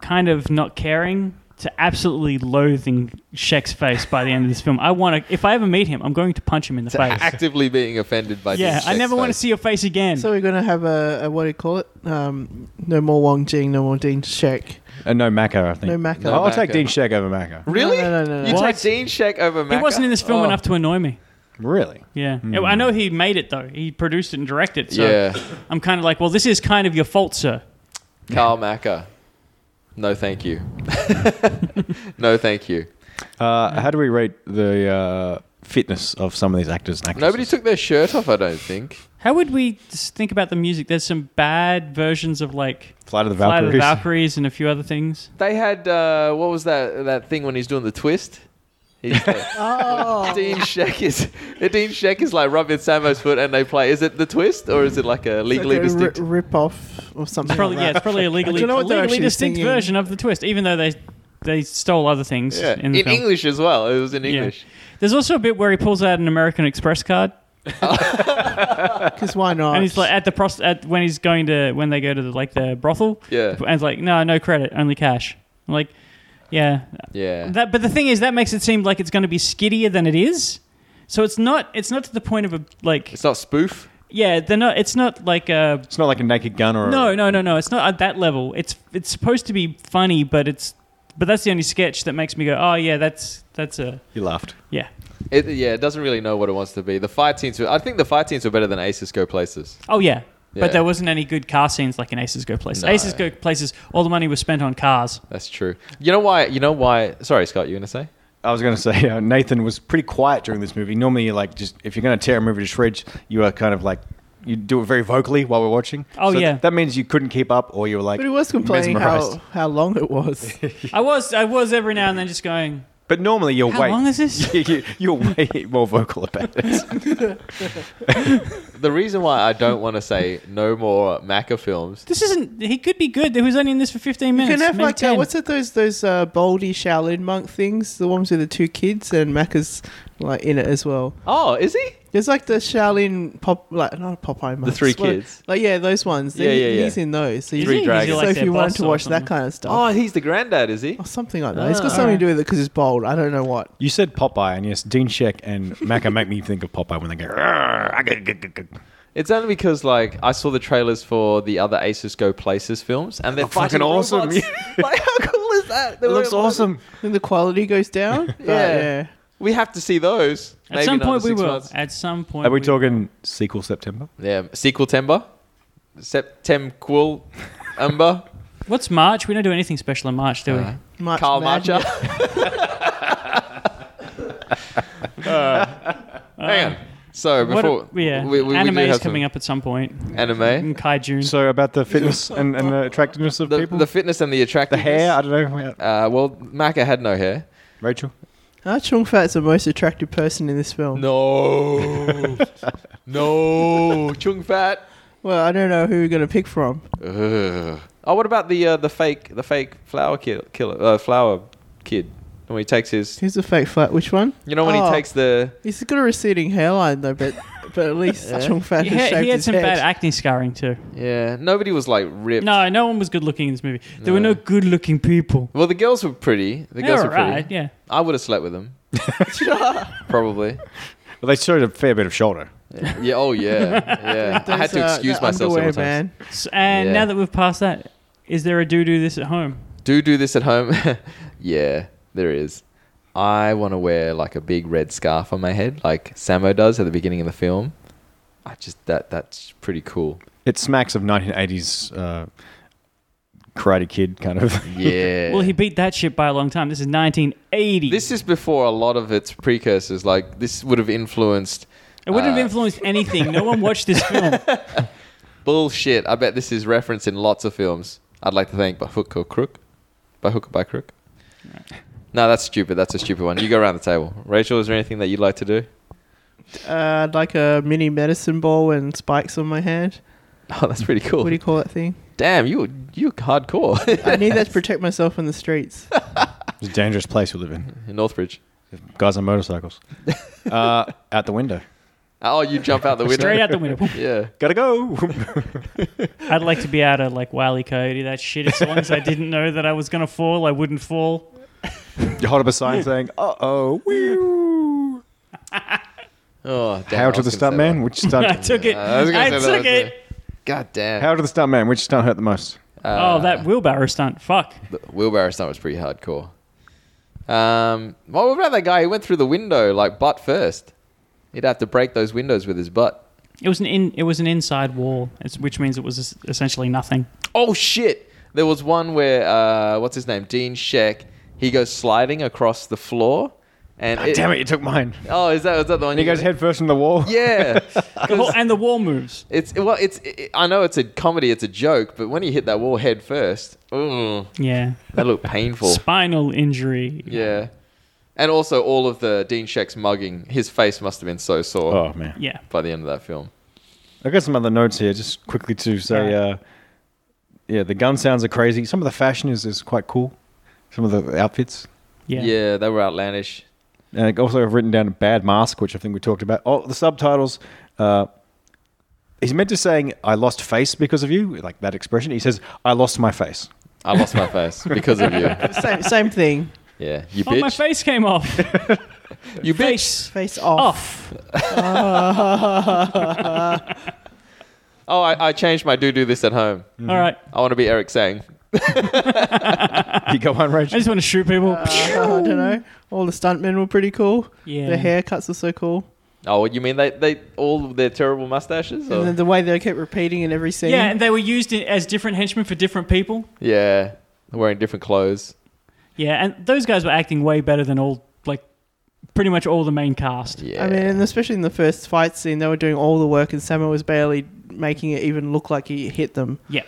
kind of not caring to absolutely loathing Shek's face by the end of this film. I want to, if I ever meet him, I'm going to punch him in the to face. actively being offended by yeah, Dean I Sheck's never want to face. see your face again. So we're gonna have a, a what do you call it? Um, no more Wong Jing, no more Dean Shek. And Uh, no Macca, I think. No Macca. I'll No take Macca. Dean Shag over Macca. Really? No, no, no, no. You What? take Dean Sheck over he Macca? wasn't in this film Oh. Hmm. enough to annoy me. Really? Yeah, I know he made it though. He produced it and directed. it, So Oh. Yeah, I'm kind of like, well, this is kind of your fault, sir. Carl Macca. No, thank you. no, thank you. Uh, how do we rate the uh, fitness of some of these actors and actresses? Nobody took their shirt off, I don't think. How would we just think about the music? There's some bad versions of like Flight of the Flight of Valkyries. the Valkyries and a few other things. They had, uh, what was that that thing when he's doing the twist? He's like, Oh, Dean Sheck is Dean Sheck is like rubbing Samo's foot, and they play. Is it the twist or is it like a legally distinct? rip off or something. It's probably like yeah, it's that. probably a legally, know what they're legally actually distinct singing. version of the twist, even though they they stole other things Yeah, in in, the film. English as well. It was in Yeah. English. There's also a bit where he pulls out an American Express card, Because why not? and he's like at the prost- at when he's going to when they go to the, like the brothel. Yeah. and it's like no, no credit, only cash. I'm like, yeah, Yeah. that. But the thing is, that makes it seem like it's going to be skittier than it is. So it's not. It's not to the point of a like. it's not spoof. Yeah, they're not. It's not like a It's not like a naked gun or No, a, no, no, no. It's not at that level. It's it's supposed to be funny, but it's but that's the only sketch that makes me go, oh yeah, that's that's a You laughed. yeah. It, yeah, it doesn't really know what it wants to be. The fight scenes, were, I think the fight scenes were better than Aces Go Places. Oh yeah. Yeah. But there wasn't any good car scenes like in Aces Go Places. No. Aces Go Places, all the money was spent on cars. That's true. You know why? You know why? Sorry, Scott, you gonna say? I was going to say uh, Nathan was pretty quiet during this movie. Normally, you're like just if you're going to tear a movie to shreds, you are kind of like you do it very vocally while we're watching. Oh, So yeah. that means you couldn't keep up, or you were like. but he was complaining how, mesmerized. how long it was. I was I was every now and then just going, But normally you're How way. long is this? You- you- you're way more vocal about it. The reason why I don't want to say no more Macca films. This isn't he could be good. He was only in this for fifteen You minutes. can have maybe like uh 10. what's it? Those those uh, Baldy Shaolin monk things, the ones with the two kids and Macca's like in it as well. Oh, is he? There's like the Shaolin pop, like not Popeye monks. three what- kids. Like yeah, those ones. Yeah, He- yeah, yeah. He's in those. So, Is you- Three he? Is he dragons. like so if their you wanted boss to or watch that something? Oh. kind of stuff, Oh, he's the granddad, is he? or something like that. it's got something to do with it because it's bold. I don't know what. You said Popeye, and yes, Dean Sheck and Macca make me think of Popeye when they go. "Arr, I go, go, go, go." It's only because like I saw the trailers for the other Aces Go Places films, and they're look fucking fighting awesome. robots. like how cool is that? It looks awesome. And the quality goes down. but, Yeah. yeah. We have to see those. At Maybe some not in point we six will. months. At some point. Are we will. talking sequel September? Yeah, sequel Temba, Septemquil, Umber, What's March? We don't do anything special in March, do we? March Carl Marcher. Madness. Hang on. So Uh, What before a- yeah, anime is coming up at some point. Anime. In Kaijun. So about the fitness and, and the attractiveness of The, people, the fitness and the the attractiveness. hair. I don't know. Uh, well, Maka had no hair. Rachel, Ah, Chung Fat's the most attractive person in this film. No, no, Chung Fat. Well, I don't know who you're gonna pick from. Ugh. Oh, what about the uh, the fake the fake flower kill, killer uh, flower kid? When he takes his, Who's the fake flat? Which one? you know, when Oh, he takes the He's got a receding hairline though, but but at least Chung Fat he has had, shaved he had his some head. bad acne scarring too. yeah. Nobody was like ripped. No, no one was good looking in this movie. There were no good looking people. Well, the girls were pretty. The They girls were were pretty. right, yeah. I would have slept with them. Probably. well, they showed a fair bit of shoulder. Yeah. Oh yeah. Yeah. I had Those, to uh, excuse that myself underwear, several times. man. S- and Yeah. now that we've passed that, is there a do do this at home? Do do this at home. yeah, there is. I want to wear like a big red scarf on my head, like Samo does at the beginning of the film. I just that that's pretty cool. It smacks of 1980s uh, Karate Kid kind of. Yeah. Well, he beat that shit by a long time. This is 1980. This is before a lot of its precursors. Like this would have influenced it wouldn't have uh, influenced anything. No one watched this film. bullshit. I bet this is referenced in lots of films. I'd like to thank by hook or crook, by hook or by crook. No, that's stupid. That's a stupid one. You go around the table. Rachel, is there anything that you'd like to do? Uh, I'd like a mini medicine ball and spikes on my hand. Oh, that's pretty cool. What do you call that thing? Damn, you you hardcore I need that to protect myself in the streets. It's a dangerous place we live in. in Northbridge. Guys on motorcycles. Uh, out the window. Oh, you jump out the window. Straight out the window. Yeah. Gotta go. I'd like to be out of like Wile E. Coyote, that shit. As long as I didn't know that I was going to fall, I wouldn't fall. you hold up a sign saying, uh oh, woo. Oh, damn, I How was to gonna the say stunt man? that. Which I stunt? took it. Uh, I was gonna I say that was took it. God damn. How to the stunt man? Which stunt hurt the most? uh, Oh, that wheelbarrow stunt. Fuck. the wheelbarrow stunt was pretty hardcore. Um, well, what about that guy who went through the window like butt first? He'd have to break those windows with his butt. It was an in, it was an inside wall, it's- which means it was es- essentially nothing. Oh shit! There was one where uh, what's his name, Dean Sheck. He goes sliding across the floor, and it- Damn it, you took mine. Oh, is that was that the one? And he goes head first in the wall. Yeah, The whole, and the wall moves. it's well, it's. It, I know it's a comedy, it's a joke, but when he hit that wall head first, ooh, Yeah. that looked painful. Spinal injury. Yeah, and also all of the Dean Sheck's mugging, his face must have been so sore Oh, man. Yeah. by the end of that film. I got some other notes here, just quickly to say, Yeah. uh, yeah, the gun sounds are crazy. Some of the fashion is, is quite cool. Some of the outfits. Yeah. yeah they were outlandish. And I also, I've written down a bad mask, which I think we talked about. Oh, the subtitles. Uh, he's meant to saying, "I lost face because of you," like that expression. He says, "I lost my face." I lost my face because of you. same, same thing. Yeah, you Oh, bitch. my face came off. You bitch. Face Face off. off. Oh, I, I changed my do do this at home. All right. I want to be Eric Sang. You go on, I Rachel. just want to shoot people. Uh, I don't know. All the stuntmen were pretty cool. yeah. Their haircuts were so cool. Oh, you mean they, they all their terrible mustaches? And or- then the way they kept repeating in every scene. Yeah, and they were used in, as different henchmen for different people. Yeah, wearing different clothes. Yeah, and those guys were acting way better than all like pretty much all the main cast. Yeah, I mean, and especially in the first fight scene, they were doing all the work, and Samuel was barely making it even look like he hit them. Yeah.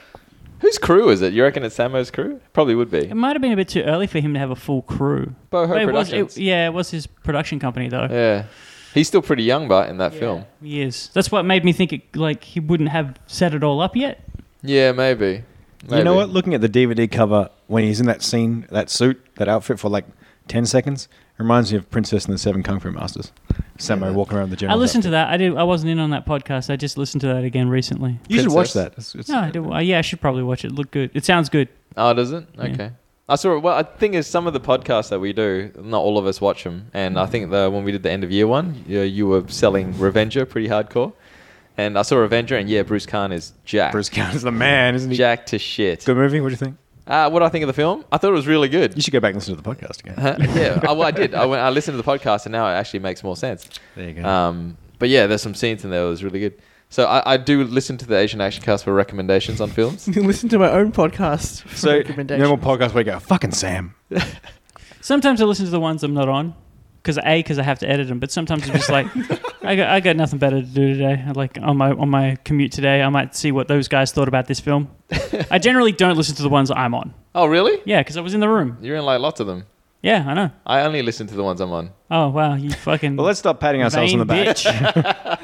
whose crew is it? You reckon it's Samo's crew? Probably would be. It might have been a bit too early for him to have a full crew. Boho But it was, Productions. it, yeah, it was his production company though. Yeah, he's still pretty young, but in that film, He is. That's what made me think it, like he wouldn't have set it all up yet. yeah, maybe. You know Maybe. what? Looking at the DVD cover when he's in that scene, that suit, that outfit for like ten seconds, reminds me of Princess and the Seven Kung Fu Masters. Samo walking around the gym. I listened to that. I did. I wasn't in on that podcast. I just listened to that again recently. You should watch Princess. that. It's, it's- No, I did, well, yeah, I should probably watch it. Look good. It sounds good. Oh, does it? Yeah. Okay. I saw it. Well, the thing is, some of the podcasts that we do, not all of us watch them. And I think the, when we did the end of year one, you, you were selling Revenger pretty hardcore. And I saw Revenger, and yeah, Bruce Khan is Jack. Bruce Campbell's the man, isn't he? Jack to shit. Good movie. What do you think? Uh, what do I think of the film? I thought it was really You good. should go back and listen to the podcast again. Uh, yeah, I, well, I did. I, went, I listened to the podcast, and now it actually makes more sense. There you go. Um, but yeah, there's some scenes in there that was really good. So I, I do listen to the Asian Action Cast for recommendations on films. Listen to my own podcast. For so, recommendations. normal podcast where you go, fucking Sam. Sometimes I listen to the ones I'm not on because a because I have to edit them. But sometimes I'm just like, I got I got nothing better to do today. I Like on my on my commute today, I might see what those guys thought about this film. I generally don't listen to the ones I'm on. oh, really? Yeah, because I was in the room. You're in like lots of them. Yeah, I know. I only listen to the ones I'm on. Oh wow, you fucking Well, let's stop patting ourselves vain on the back. bitch.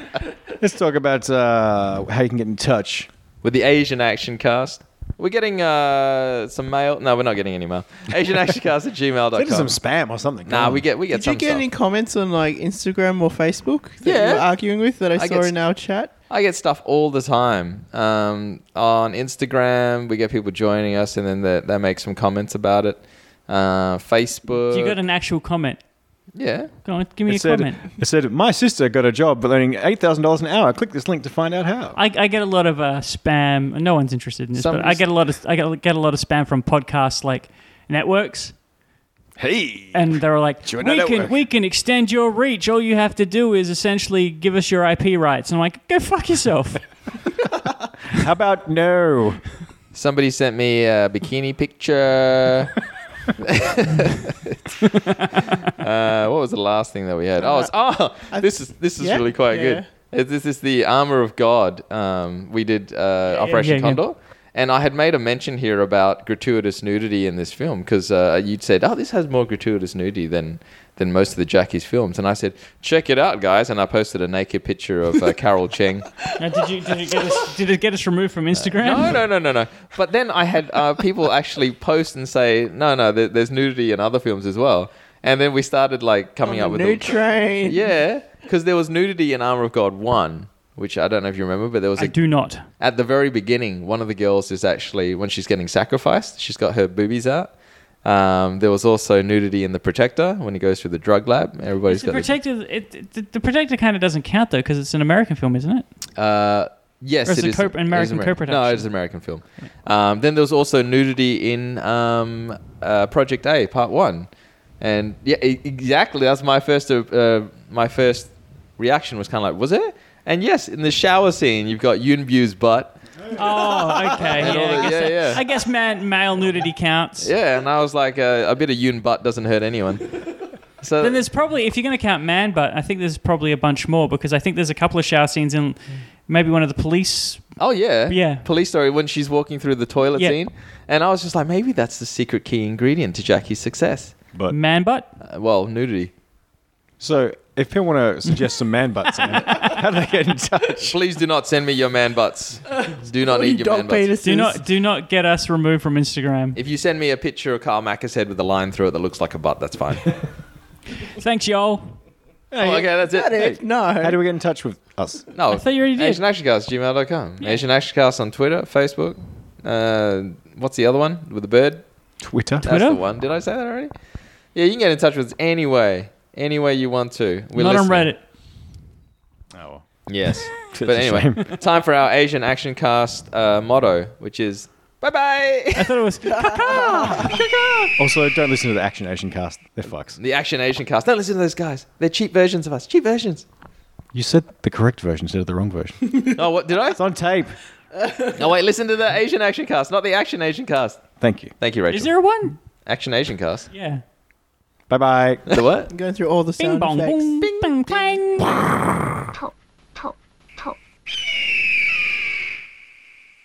Let's talk about uh, how you can get in touch. with the Asian Action Cast. We're getting uh, some mail. No, we're not getting any mail. Asian Action Cast at Send us some gmail.com. spam or something. um, Nah, Come we on. get we get Did some you get stuff. any comments on like Instagram or Facebook that Yeah. you were arguing with that I, I saw get- in our chat? I get stuff all the time um, on Instagram. We get people joining us, and then they, they make some comments about it. Uh, Facebook. you got an actual comment. yeah. Go on, give me It a said, comment. it said, my sister got a job but earning $8,000 an hour. Click this link to find out how. I, I get a lot of uh, spam. No one's interested in this, Some- but I get a lot of I get, get a lot of spam from podcasts like networks, hey. and they're like, Join our "We can network." we can extend your reach. All you have to do is essentially give us your IP rights." And I'm like, "Go fuck yourself." How about no? Somebody sent me a bikini picture. uh, what was the last thing that we had? Oh, it's, Uh, oh I- this is this is Yeah? really quite good. It- This is the armor of God. Um, we did uh, Operation yeah, yeah. Condor, and I had made a mention here about gratuitous nudity in this film because uh, you'd said, "Oh, this has more gratuitous nudity than than most of the Jackie's films," and I said, "Check it out, guys!" And I posted a naked picture of uh, Carol Cheng. Now, did you did it get us did it get us removed from Instagram? No, no, no, no, no. But then I had uh, people actually post and say, no, no, there, there's nudity in other films as well. And then we started like coming Oh, up with New all- train. yeah, because there was nudity in Armor of God one, which I don't know if you remember, but there was I a, do not. at the very beginning. One of the girls is actually when she's getting sacrificed, she's got her boobies out. Um, there was also nudity in the Protector when he goes through the drug lab. Everybody's The got the- protector, it, it- the, the protector kind of doesn't count though because it's an American film, isn't it? Uh, yes, Or is it it is. co- it is American Ameri- No, co-production? it is an American film. Um, then there was also nudity in um, uh, Project A Part One, and yeah, e- exactly. That's my first. Uh, uh, my first reaction was kind of like, was it? And yes, in the shower scene, you've got Yoon Bu's butt. Oh, okay. And yeah, all I the- guess, yeah, that- yeah. I guess man, male nudity counts. Yeah, and I was like, uh, a bit of Yoon butt doesn't hurt anyone. So Then there's probably, if you're going to count man butt, I think there's probably a bunch more because I think there's a couple of shower scenes in maybe one of the police. Oh yeah, Yeah. Police story when she's walking through the toilet Yeah. scene, and I was just like, maybe that's the secret key ingredient to Jackie's success. But Man butt? Uh, well, nudity. So, if people want to suggest some man butts, man, how do they get in touch? Please do not send me your man butts. Do not All you need your man dog butts. penises. Do not, do not get us removed from Instagram. If you send me a picture of Carl Macker's head with a line through it that looks like a butt, that's fine. oh, Thanks, y'all. okay, that's it. Got it. How do No. we get in touch with us? No, I thought you already did. AsianActionCast, gmail.com. Asian Action Cast on Twitter, Facebook. Uh, what's the other one with the bird? Twitter. That's Twitter? the one. Did I say that already? Yeah, you can get in touch with us any way, any way you want to. We're not on listening. Reddit. Oh, Yes. but a anyway, time for our Asian Action Cast uh, motto, which is bye bye. I thought it was. Also, don't listen to the Action Asian cast. They're fucks. the Action Asian Cast. Don't listen to those guys. They're cheap versions of us. Cheap versions. You said the correct version instead of the wrong version. Oh, what did I? it's on tape. No, wait, listen to the Asian Action Cast, not the Action Asian Cast. Thank you. Thank you, Rachel. Is there one? Action Asian Cast? Yeah. Bye bye. The what? I'm going through all the Bing sound bong effects. boom. Bing bang.